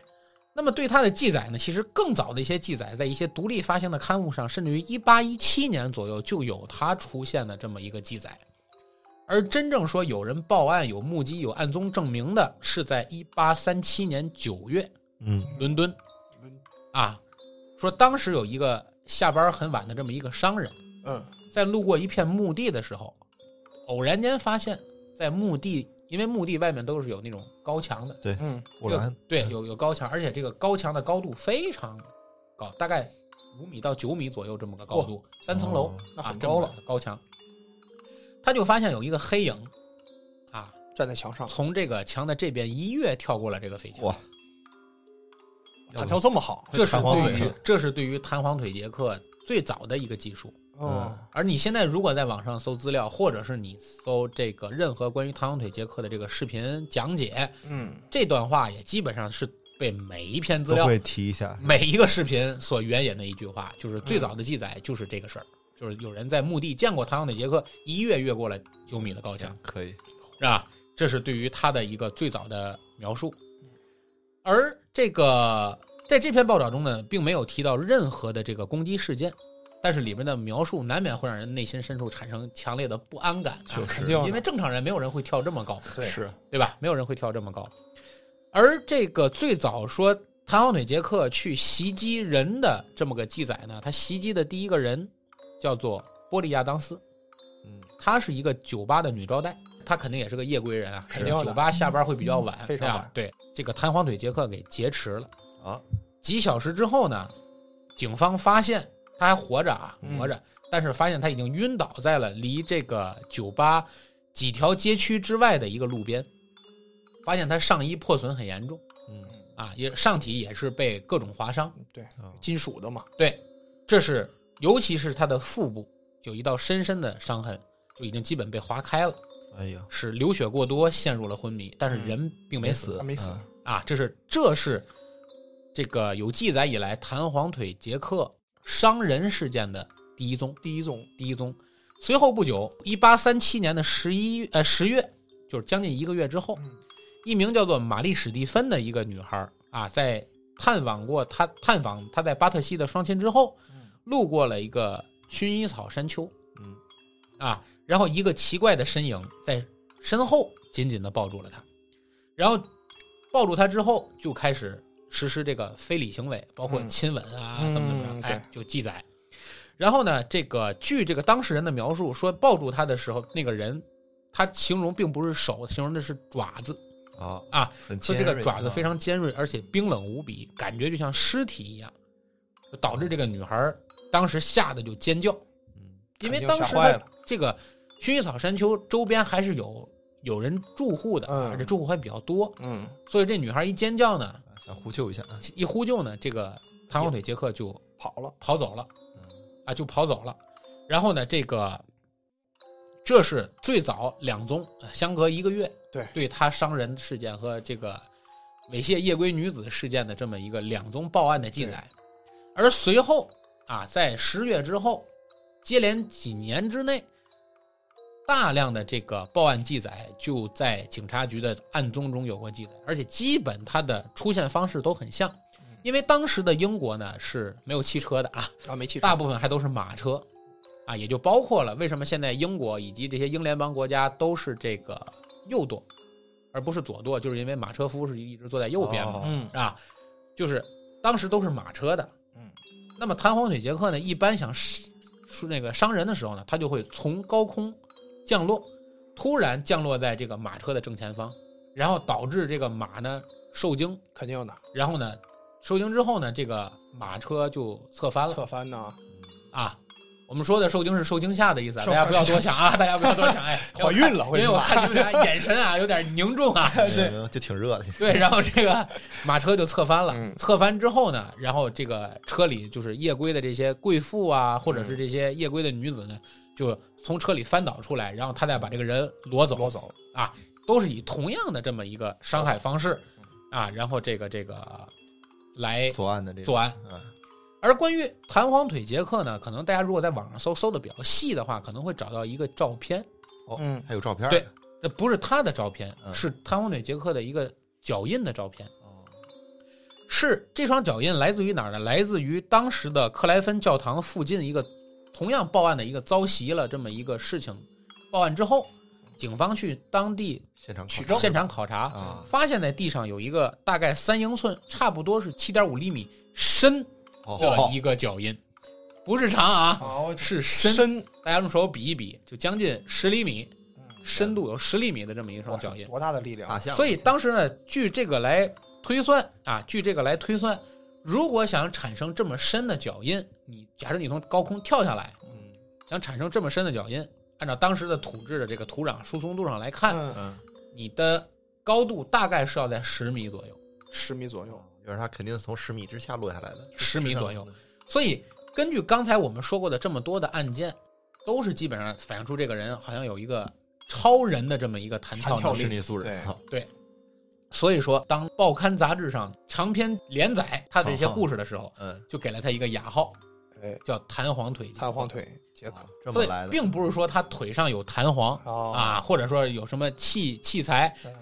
B: 那么对他的记载呢，其实更早的一些记载，在一些独立发行的刊物上，甚至于一八一七年左右就有他出现的这么一个记载。而真正说有人报案、有目击、有暗宗证明的，是在一八三七年九月，
A: 嗯
B: 伦敦啊，说当时有一个下班很晚的这么一个商人，
C: 嗯
B: 在路过一片墓地的时候，偶然间发现，在墓地，因为墓地外面都是有那种高墙的，
C: 嗯
A: 护栏
B: 这个对，有有高墙，而且这个高墙的高度非常高，大概五米到九米左右这么个高度，三层楼、
A: 哦
C: 那
B: 啊
C: 很，
B: 这
C: 高
B: 么
C: 了
B: 个高墙。他就发现有一个黑影啊，
C: 站在墙上，
B: 从这个墙的这边一跃跳过了这个飞墙。
A: 哇，
C: 弹跳这么好，
B: 这是
A: 弹簧腿
B: 对于
A: 上
B: 这是对于弹簧腿杰克最早的一个技术。
C: 嗯
B: 而你现在如果在网上搜资料，或者是你搜这个任何关于弹簧腿杰克的这个视频讲解，
C: 嗯
B: 这段话也基本上是被每一篇资
A: 都
B: 料嗯
A: 会提一下，
B: 每一个视频所原引的一句话，就是最早的记载就是这个事儿，就是有人在墓地见过唐望的杰克一跃越过了九米的高墙，
A: 可以，
B: 是吧？这是对于他的一个最早的描述。而这个在这篇报道中呢，并没有提到任何的这个攻击事件，但是里面的描述难免会让人内心深处产生强烈的不安感、啊，
A: 就
C: 肯
A: 是
C: 定的
B: 因为正常人没有人会跳这么高，
C: 对
A: 是
B: 对吧？没有人会跳这么高。而这个最早说弹簧腿杰克去袭击人的这么个记载呢，他袭击的第一个人叫做波利亚当斯，
A: 嗯
B: 她是一个酒吧的女招待，她肯定也是个夜归人啊，
C: 肯定的嗯
B: 酒吧下班会比较晚，
C: 非常
B: 对吧啊
C: 晚
B: 对，这个弹簧腿杰克给劫持了。
A: 啊，
B: 几小时之后呢，警方发现他还活着啊，
C: 嗯
B: 活着，但是发现他已经晕倒在了离这个酒吧几条街区之外的一个路边，发现他上衣破损很严重
A: 嗯
B: 啊，也上体也是被各种划伤。
C: 对，
A: 啊
C: 金属的嘛，
B: 对，这是尤其是他的腹部有一道深深的伤痕，就已经基本被划开了，
A: 哎呀，
B: 使流血过多陷入了昏迷，但是人并嗯没死
C: 他没死，
B: 啊，这是这是这个有记载以来弹簧腿杰克伤人事件的第一宗，
C: 第一宗
B: 第一宗。随后不久，一八三七年的十一呃十月，就是将近一个月之后，
C: 嗯
B: 一名叫做玛丽史蒂芬的一个女孩儿啊，在探访过她探访她在巴特西的双亲之后
C: 嗯，
B: 路过了一个薰衣草山丘
A: 嗯
B: 啊，然后一个奇怪的身影在身后紧紧地抱住了她，然后抱住她之后就开始实施这个非礼行为，包括
C: 嗯
B: 亲吻啊，
C: 嗯
B: 怎么怎么样，
C: 对
B: 哎，就记载。然后呢，这个据这个当事人的描述说，抱住她的时候，那个人他形容并不是手，形容的是爪子。
A: 啊
B: 啊，
A: 很
B: 说
A: 尖
B: 这
A: 锐
B: 个爪子
A: 啊
B: 非常尖锐，而且冰冷无比，感觉就像尸体一样，就导致这个女孩儿当时吓得就尖叫，
A: 嗯
B: 因为
C: 肯定
B: 当
C: 吓
B: 时
C: 坏
B: 她
C: 了
B: 这个薰衣草山丘周边还是有有人住户的，
C: 嗯
B: 而且住户还比较多，
C: 嗯
B: 所以这女孩一尖叫呢，
A: 想呼救一下啊，
B: 一呼救呢，这个弹簧腿杰克就
C: 跑了，
B: 跑走了，啊，就跑走了。然后呢，这个这是最早两宗，呃相隔一个月，
C: 对
B: 对他伤人事件和这个猥亵夜归女子事件的这么一个两宗报案的记载。而随后啊，在十月之后，接连几年之内，大量的这个报案记载就在警察局的案宗中有过记载，而且基本它的出现方式都很像。因为当时的英国呢是没有汽车的啊，
C: 啊，没汽车
B: 大部分还都是马车，啊，也就包括了为什么现在英国以及这些英联邦国家都是这个右舵，而不是左舵，就是因为马车夫是一直坐在右边嘛，
A: 哦
C: 嗯
B: 是吧？就是当时都是马车的，
C: 嗯，
B: 那么弹簧腿杰克呢，一般想是是那个伤人的时候呢，他就会从高空降落，突然降落在这个马车的正前方，然后导致这个马呢受惊，
C: 肯定的，
B: 然后呢受惊之后呢，这个马车就侧翻了，
C: 侧翻呐，
B: 啊。我们说的受惊是受惊吓的意思啊，
C: 受
B: 大家不要多想啊，大家不要多想，
C: <laughs>
B: 哎，
C: 怀孕了
B: 因为我看你们俩眼神啊有点凝重
C: <laughs>
B: 啊，
A: 对，就挺热的。
B: 对，然后这个马车就侧翻了，
C: 嗯
B: 侧翻之后呢，然后这个车里就是夜归的这些贵妇啊，或者
C: 嗯
B: 是这些夜归的女子呢，就从车里翻倒出来，然后他再把这个人挪走，
C: 挪走，
B: 都是以同样的这么一个伤害方式
C: 嗯
B: 啊，然后这个这个来
A: 左岸的这个
B: 作案。
A: 嗯
B: 而关于弹簧腿杰克呢，可能大家如果在网上搜搜的比较细的话，可能会找到一个照片，
C: 嗯，
A: 哦还有照片儿
B: 对这不是他的照片，
A: 嗯
B: 是弹簧腿杰克的一个脚印的照片。
A: 哦
B: 是这双脚印来自于哪儿呢？来自于当时的克莱芬教堂附近一个同样报案的一个遭袭了这么一个事情。报案之后，警方去当地
A: 现场
C: 取
A: 考察
B: 现场考察，
A: 啊，
B: 发现在地上有一个大概三英寸，差不多是七点五厘米深的
A: 哦，
B: 一个脚印，不是长啊，
C: 好
B: 是深。
C: 深，
B: 大家用手比一比，就将近十厘米
C: 嗯
B: 深度，有十厘米的这么一
C: 哇
B: 双脚印。
C: 多大的力量
A: 大
C: 啊！
A: 象，
B: 所以当时呢，据这个来推算啊，据这个来推算，如果想产生这么深的脚印，你假设你从高空跳下来，
C: 嗯
B: 想产生这么深的脚印，按照当时的土质的这个土壤疏松度上来看，
C: 嗯，
A: 嗯，
B: 你的高度大概是要在十米左右，
C: 十米左
B: 哦
C: 右，
A: 就是他肯定是从十米之下落下来的，
B: 十米左右。所以根据刚才我们说过的这么多的案件，都是基本上反映出这个人好像有一个超人的这么一个弹跳
C: 弹跳
B: 哦能力
C: 力。
A: 智力素质
C: 对
A: 啊
B: 所以说，当报刊杂志上长篇连载他的这些故事的时候，
A: 嗯，
B: 就给了他一个雅号，
C: 哎，
B: 叫弹簧腿。
C: 弹簧腿杰克
A: 啊这
B: 所
A: 么
B: 以
A: 来的，
B: 并不是说他腿上有弹簧
C: 哦
B: 啊，或者说有什么器器材，
C: 嗯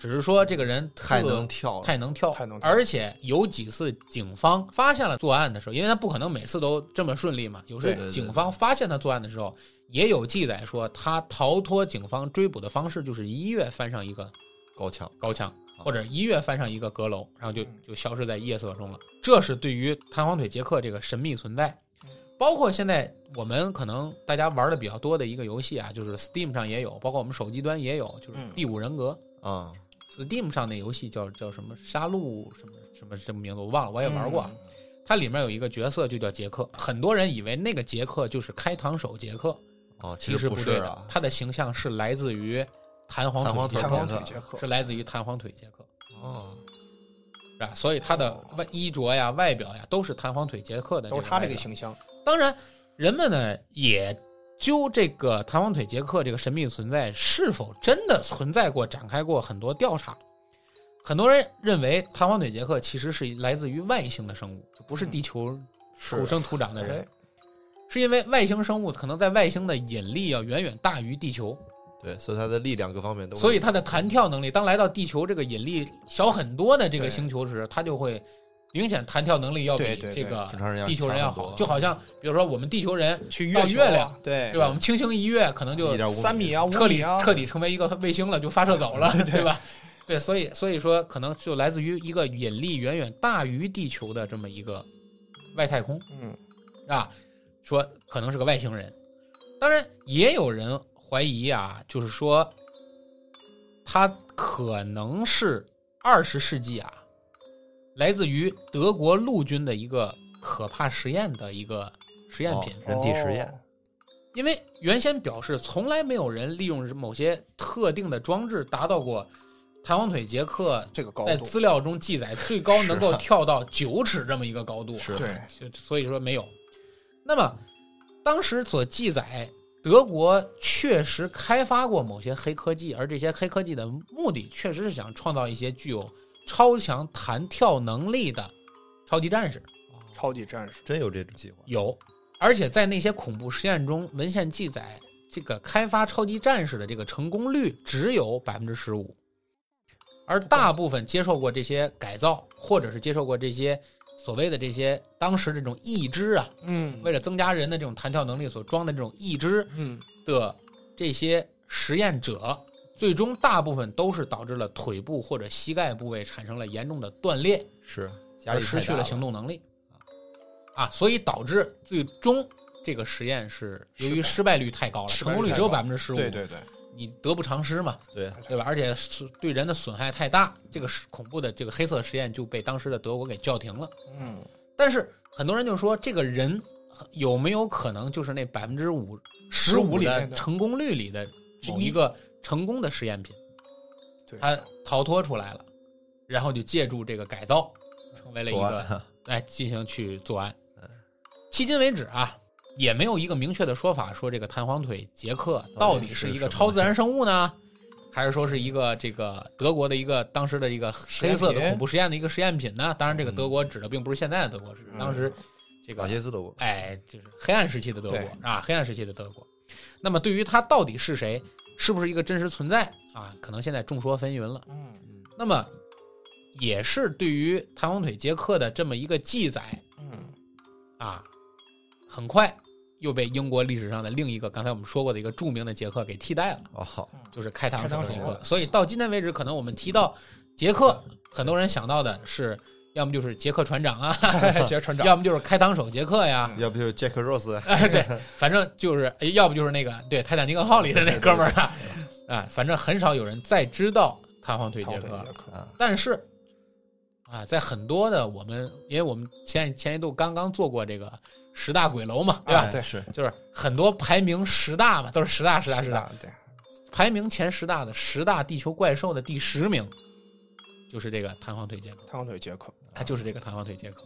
B: 只是说这个人特
A: 太能跳了，
B: 太能跳，
C: 太能跳
B: 而且有几次警方发现了作案的时候，因为他不可能每次都这么顺利嘛，有时
A: 对对对
B: 候警方发现他作案的时候，也有记载说他逃脱警方追捕的方式就是一跃翻上一个
A: 高强，
B: 高墙，
A: 啊
B: 或者一跃翻上一个阁楼，然后就
C: 哦嗯
B: 就消失在夜色中了。这是对于弹簧腿杰克这个神秘存在
C: 嗯，
B: 包括现在我们可能大家玩的比较多的一个游戏啊，就是 Steam 上也有，包括我们手机端也有，就是
C: 嗯
B: 《第五人格》
A: 嗯，
B: Steam 上那游戏叫叫什么杀戮什么什么什么名字我忘了，我也玩
C: 嗯
B: 过啊。它里面有一个角色就叫杰克，很多人以为那个杰克就是开膛手杰克，
A: 哦，
B: 其实
A: 实
B: 不
A: 不是
B: 对的
A: 啊，，
B: 他的形象是来自于弹簧
A: 弹簧
B: 腿
A: 腿
B: 杰
C: 弹簧
B: 克，
C: 腿杰克
B: 是来自于弹簧腿杰克。
A: 哦，
B: 是吧？所以他的
C: 哦
B: 外衣着呀、外表呀，都是弹簧腿杰克的。哦
C: 都是他这
B: 外
C: 个
B: 表。
C: 形象，
B: 当然，人们呢也就这个弹簧腿杰克这个神秘存在是否真的存在过，展开过很多调查。很多人认为弹簧腿杰克其实是来自于外星的生物，就不是地球
A: 嗯
B: 土生土长的人，
C: 哎
B: 是因为外星生物可能在外星的引力要远远大于地球，
A: 对，所以他的力量各方面都，
B: 所以它的弹跳能力，当来到地球这个引力小很多的这个
C: 对
B: 星球时，它就会明显弹跳能力要比
C: 对对
B: 这个
A: 正常人要
B: 地球人要好。
A: 强很多
B: 就好像比如说我们地球人
C: 去
B: 到
C: 月
B: 月
C: 球
B: 亮
C: 啊，对
B: 对吧？我们轻轻一跃，可能就
A: 哎一点五
C: 三米啊，五
B: 彻底
C: 米啊，
B: 彻底成为一个卫星了，就发射走
A: <laughs>
B: 了，对吧？对，所以所以说可能就来自于一个引力远远大于地球的这么一个外太空。
C: 嗯，
B: 啊，说可能是个外星人。当然，也有人怀疑啊，就是说他可能是二十世纪啊，来自于德国陆军的一个可怕实验的一个实验品，
A: 哦人体实验
C: 哦，
B: 因为原先表示从来没有人利用某些特定的装置达到过弹簧腿杰克。
C: 这个高
B: 在
C: 度，
B: 资料中记载，最高能够
A: 是啊
B: 跳到九尺这么一个高度啊，
A: 是
C: 对，
B: 就所以说没有。那么当时所记载，德国确实开发过某些黑科技，而这些黑科技的目的确实是想创造一些具有超强弹跳能力的超级战士。
C: 超级战士，
A: 真有这种计划，
B: 有，而且在那些恐怖实验中，文献记载这个开发超级战士的这个成功率只有百分之十五，而大部分接受过这些改造或者是接受过这些所谓的这些当时这种义肢啊，
C: 嗯
B: 为了增加人的这种弹跳能力所装的这种义肢
C: 嗯
B: 的这些实验者，最终大部分都是导致了腿部或者膝盖部位产生了严重的断裂。
A: 是压
B: 而
A: 力
B: 失去
A: 了
B: 了行动能力，啊，所以导致最终这个实验是由于失败率太高了，
C: 失
B: 成
C: 败率
B: 功率只有百分之十五，
C: 对对对，
B: 你得不偿失嘛，
A: 对，
B: 对吧？而且是对人的损害太大，这个是恐怖的这个黑色实验就被当时的德国给叫停了。
C: 嗯
B: 但是很多人就说，这个人有没有可能就是那百分之五十
C: 15%里
B: 的
C: 面的
B: 成功率里的某一个成功的实验品？
C: 对，
B: 他逃脱出来了，然后就借助这个改造，成为了一
A: 作
B: 个
A: 案
B: 来进行去作案
A: 嗯。
B: 迄今为止啊，也没有一个明确的说法，说这个弹簧腿杰克到底是一个超自然生物呢，还是说是一个这个德国的一个当时的一个黑色的恐怖实验的一个实验品呢？当然，这个德国指的并不是现在的德国，是当时这个
A: 马歇斯德国
B: 哎，就是黑暗时期的德国
C: 嗯对
B: 啊，黑暗时期的德国。那么，对于他到底是谁，是不是一个真实存在啊？可能现在众说纷纭了。
C: 嗯
B: 那么，也是对于弹簧腿杰克的这么一个记载
C: 嗯
B: 啊，很快又被英国历史上的另一个刚才我们说过的一个著名的杰克给替代了，
A: 哦，好，
C: 嗯
B: 就是开膛手
C: 开膛
B: 杰
C: 手
B: 克。所以到今天为止，可能我们提到杰克，很多人想到的是，要么就是杰克船长啊， <laughs>
C: <laughs> 嗯，杰船长，
B: 要么就是开膛手杰
A: <laughs>
B: 克呀。
A: 要不就是 Jack Rose，
B: <laughs> 哎，对，反正就是，要不就是那个对《泰坦尼克号》里的那哥们儿啊，啊，反正很少有人再知道弹簧腿杰
C: 唐
B: 克
C: 顿
B: 了
C: 杰。克
A: 啊，
B: 但是啊，在很多的我们，因为我们前前一度刚刚做过这个十大鬼楼嘛，对吧？
C: 啊对
A: 是
B: 哎就是很多排名十大嘛，都是十大、十大、十大，，
C: 对，
B: 排名前十大的十大地球怪兽的第十名，就是这个弹簧腿杰克，
C: 汤腿杰克，
B: 它就是这个弹簧腿杰克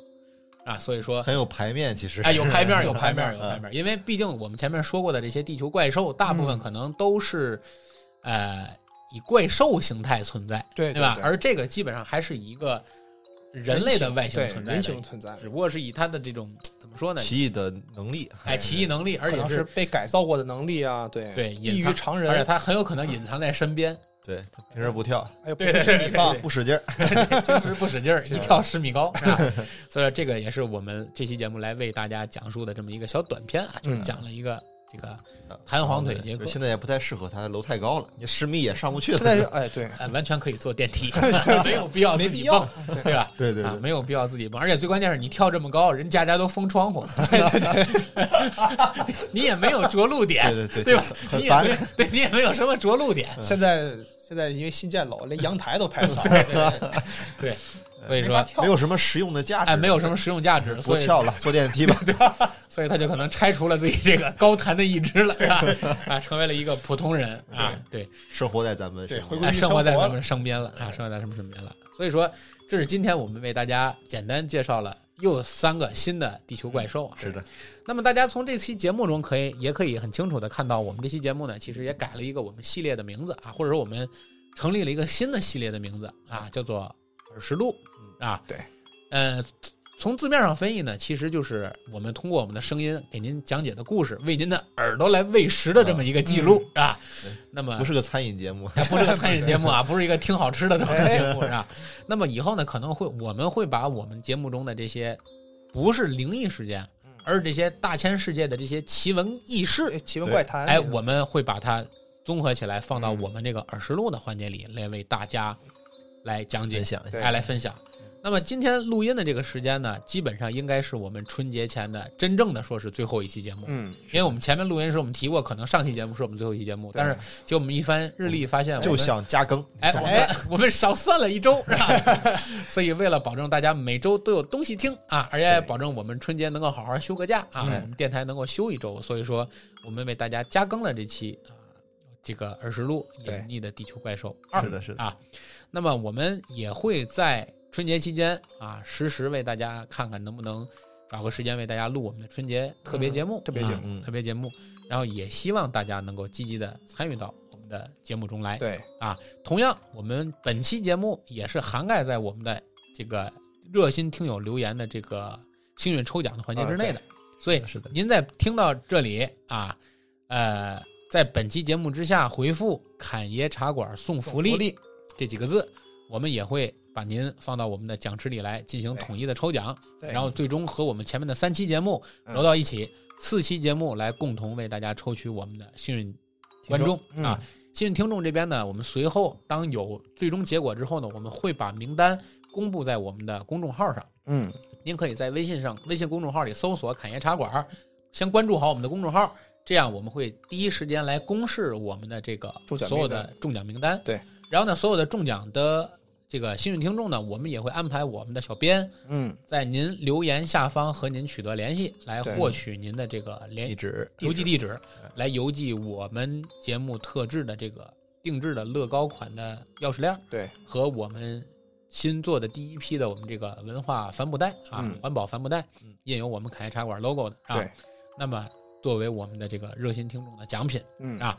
B: 啊，所以说。
A: 很有牌面，其实
B: 哎，有牌面儿，有
A: 牌
B: 牌面儿，
A: <laughs> 面儿嗯
B: 有牌面儿。因为毕竟我们前面说过的这些地球怪兽，大部分
C: 嗯
B: 可能都是，呃，以怪兽形态存在。
C: 对
B: 对吧？而这个基本上还是一个人类的外形
C: 对
B: 存在
C: 人
B: 的，
C: 形存在，
B: 只不过是以它的这种怎么说呢？
A: 嗯奇异的能力，
B: 哎，奇异能力，而
C: 可
B: 且
C: 能是
B: 是
C: 被改造过的能力啊，对
B: 对
C: 异
B: 隐
C: 于
B: 藏，
C: 常
B: 而且
C: 人，
B: 它很有可能隐藏在身
C: <laughs>
B: 边，
A: 对，他平时不跳，
C: 哎呦，不
B: 对对
C: 是
B: 对
C: 你吧
B: 对？
A: 不使劲儿，
B: 平时不使劲儿，一跳十米高。
C: <laughs>
B: 是吧所以说这个也是我们这期节目来为大家讲述的这么一个小短片啊，就是
C: 嗯
B: 讲了一个这个
A: 啊
B: 弹簧腿杰克
A: 就现在也不太适合他，楼太高了，你十米也上不去了。
C: 现在是哎，对，
B: 呃完全可以坐电
C: <laughs>
B: 梯，没有必要自
C: 没
B: 己
C: 必要
B: 蹦，对吧？
A: 对对
B: 啊，
A: 对，
B: 没有必要自己蹦，而且最关键是你跳这么高，人家家都封窗户，
A: <laughs>
B: 你也没有着陆点，
A: 对对
B: 对
A: 对，
B: 吧？
A: 很
B: 你也
A: 烦
B: 没有，对你也没有什么着陆点，
C: 现在现在因为新建楼，连阳台都抬不
B: <laughs>
C: 上，
B: 所以
C: 没
B: 说
C: 法跳
A: 没，有什么实用的价值，
B: 哎，没有什么实用价值，
A: 不
B: 所以
A: 跳了，坐电
B: <laughs>
A: 梯吧。
B: 所以他就可能拆除了自己这个高弹的一只了，是吧？
A: <laughs>
B: 啊，成为了一个普通人啊，对，
A: 生活在咱们
C: 对
A: 身边
C: 回
B: <laughs>
C: 归
B: 哎，
C: 于
B: 生
C: 生
B: 活在
C: 活
B: 咱们身边了啊，生活在咱们身边了。所以说，这是今天我们为大家简单介绍了又三个新的地球怪兽啊，
A: 是的，
B: 那么大家从这期节目中可以也可以很清楚的看到，我们这期节目呢，其实也改了一个我们系列的名字啊，或者说我们成立了一个新的系列的名字啊，叫做耳石录啊。
C: 对，
B: 呃，从字面上翻译呢，其实就是我们通过我们的声音给您讲解的故事，为您的耳朵来喂食的这么一个记录啊。那么
A: 不是个餐饮节目，
B: 还不是个餐饮节目啊，不是一个听好吃的这么个节目是吧？那么以后呢，可能会我们会把我们节目中的这些不是灵异事件，而是这些大千世界的这些奇闻异事，
C: 哎奇闻怪谈，
B: 哎，我们会把它综合起来放到我们这个耳石录的环节里来为大家来讲解
A: 分，享一下
C: 对
B: 哎，来分享。那么今天录音的这个时间呢，基本上应该是我们春节前的真正的说是最后一期节目，
C: 嗯，
B: 因为我们前面录音时我们提过，可能上期节目是我们最后一期节目，
C: 对
B: 但是结果我们一番日历发现，
A: 就想加更，
B: 哎，
A: 怎
B: 我
A: 么
B: 们 <laughs> 我们少算了一周，是吧 <laughs> 所以为了保证大家每周都有东西听啊，而且
A: 对
B: 保证我们春节能够好好休个假啊，
A: 嗯
B: 我们电台能够休一周，所以说我们为大家加更了这期啊、这个《耳石路隐
C: 对
B: 匿的地球怪兽
A: 办？》
B: 二
A: 是的，是的，
B: 啊。那么我们也会在春节期间啊，实时为大家看看能不能找个时间为大家录我们的春节特别节目，
C: 特别节
A: 目
B: 啊特别节目。然后也希望大家能够积极的参与到我们的节目中来。
C: 对，
B: 同样，我们本期节目也是涵盖在我
C: 呃
B: 们的这个热心听友留言的这个幸运抽奖的环节之内的，所以
A: 是的，
B: 您在听到这里啊，呃，在本期节目之下回复“侃爷茶馆送福利”这几个字，我们也会把您放到我们的奖池里来进行统一的抽奖，
C: 对
B: 然后最终和我们前面的三期节目
C: 嗯
B: 揉到一起，四期节目来共同为大家抽取我们的幸运观众
C: 嗯
B: 啊。幸运听众这边呢，我们随后当有最终结果之后呢，我们会把名单公布在我们的公众号上。
C: 嗯，
B: 您可以在微信上、微信公众号里搜索“侃爷茶馆儿”，先关注好我们的公众号，这样我们会第一时间来公示我们的这个
C: 中奖
B: 所
C: 名单
B: 有的中奖名单。
C: 对，
B: 然后呢，所有的中奖的这个幸运听众呢，我们也会安排我们的小编
C: 嗯，
B: 在您留言下方和您取得联系，来
C: 对
B: 获取您的这个
A: 一
B: 联
A: 直
B: 邮寄地址
A: 哎，
B: 来邮寄我们节目特制的这个定制的乐高款的钥匙链。
C: 对，
B: 和我们新做的第一批的我们这个文化帆布袋啊，
C: 嗯
B: 环保帆布袋，印有我们凯业茶馆 logo 的啊
C: 对。
B: 那么作为我们的这个热心听众的奖品。
C: 嗯
B: 啊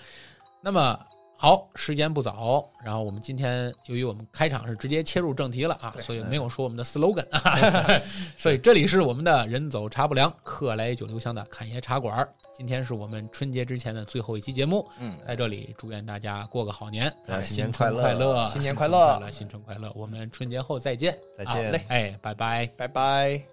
B: 那么好，时间不早，然后我们今天由于我们开场是直接切入正题了啊，
C: 对
B: 所以没有说我们的 slogan 啊，所以这里是我们的人走茶不凉，客来酒留香的侃爷茶馆儿。今天是我们春节之前的最后一期节目，
C: 嗯，
B: 在这里祝愿大家过个好年，
A: 大家
B: 啊
A: 新年
B: 新春
A: 快乐
B: 快乐，
C: 新年
B: 新春
C: 快
B: 快
C: 乐
B: 乐，新春快乐！我们春节后再见，
A: 再
B: 啊
A: 见
B: 哎，拜拜。
C: 拜拜。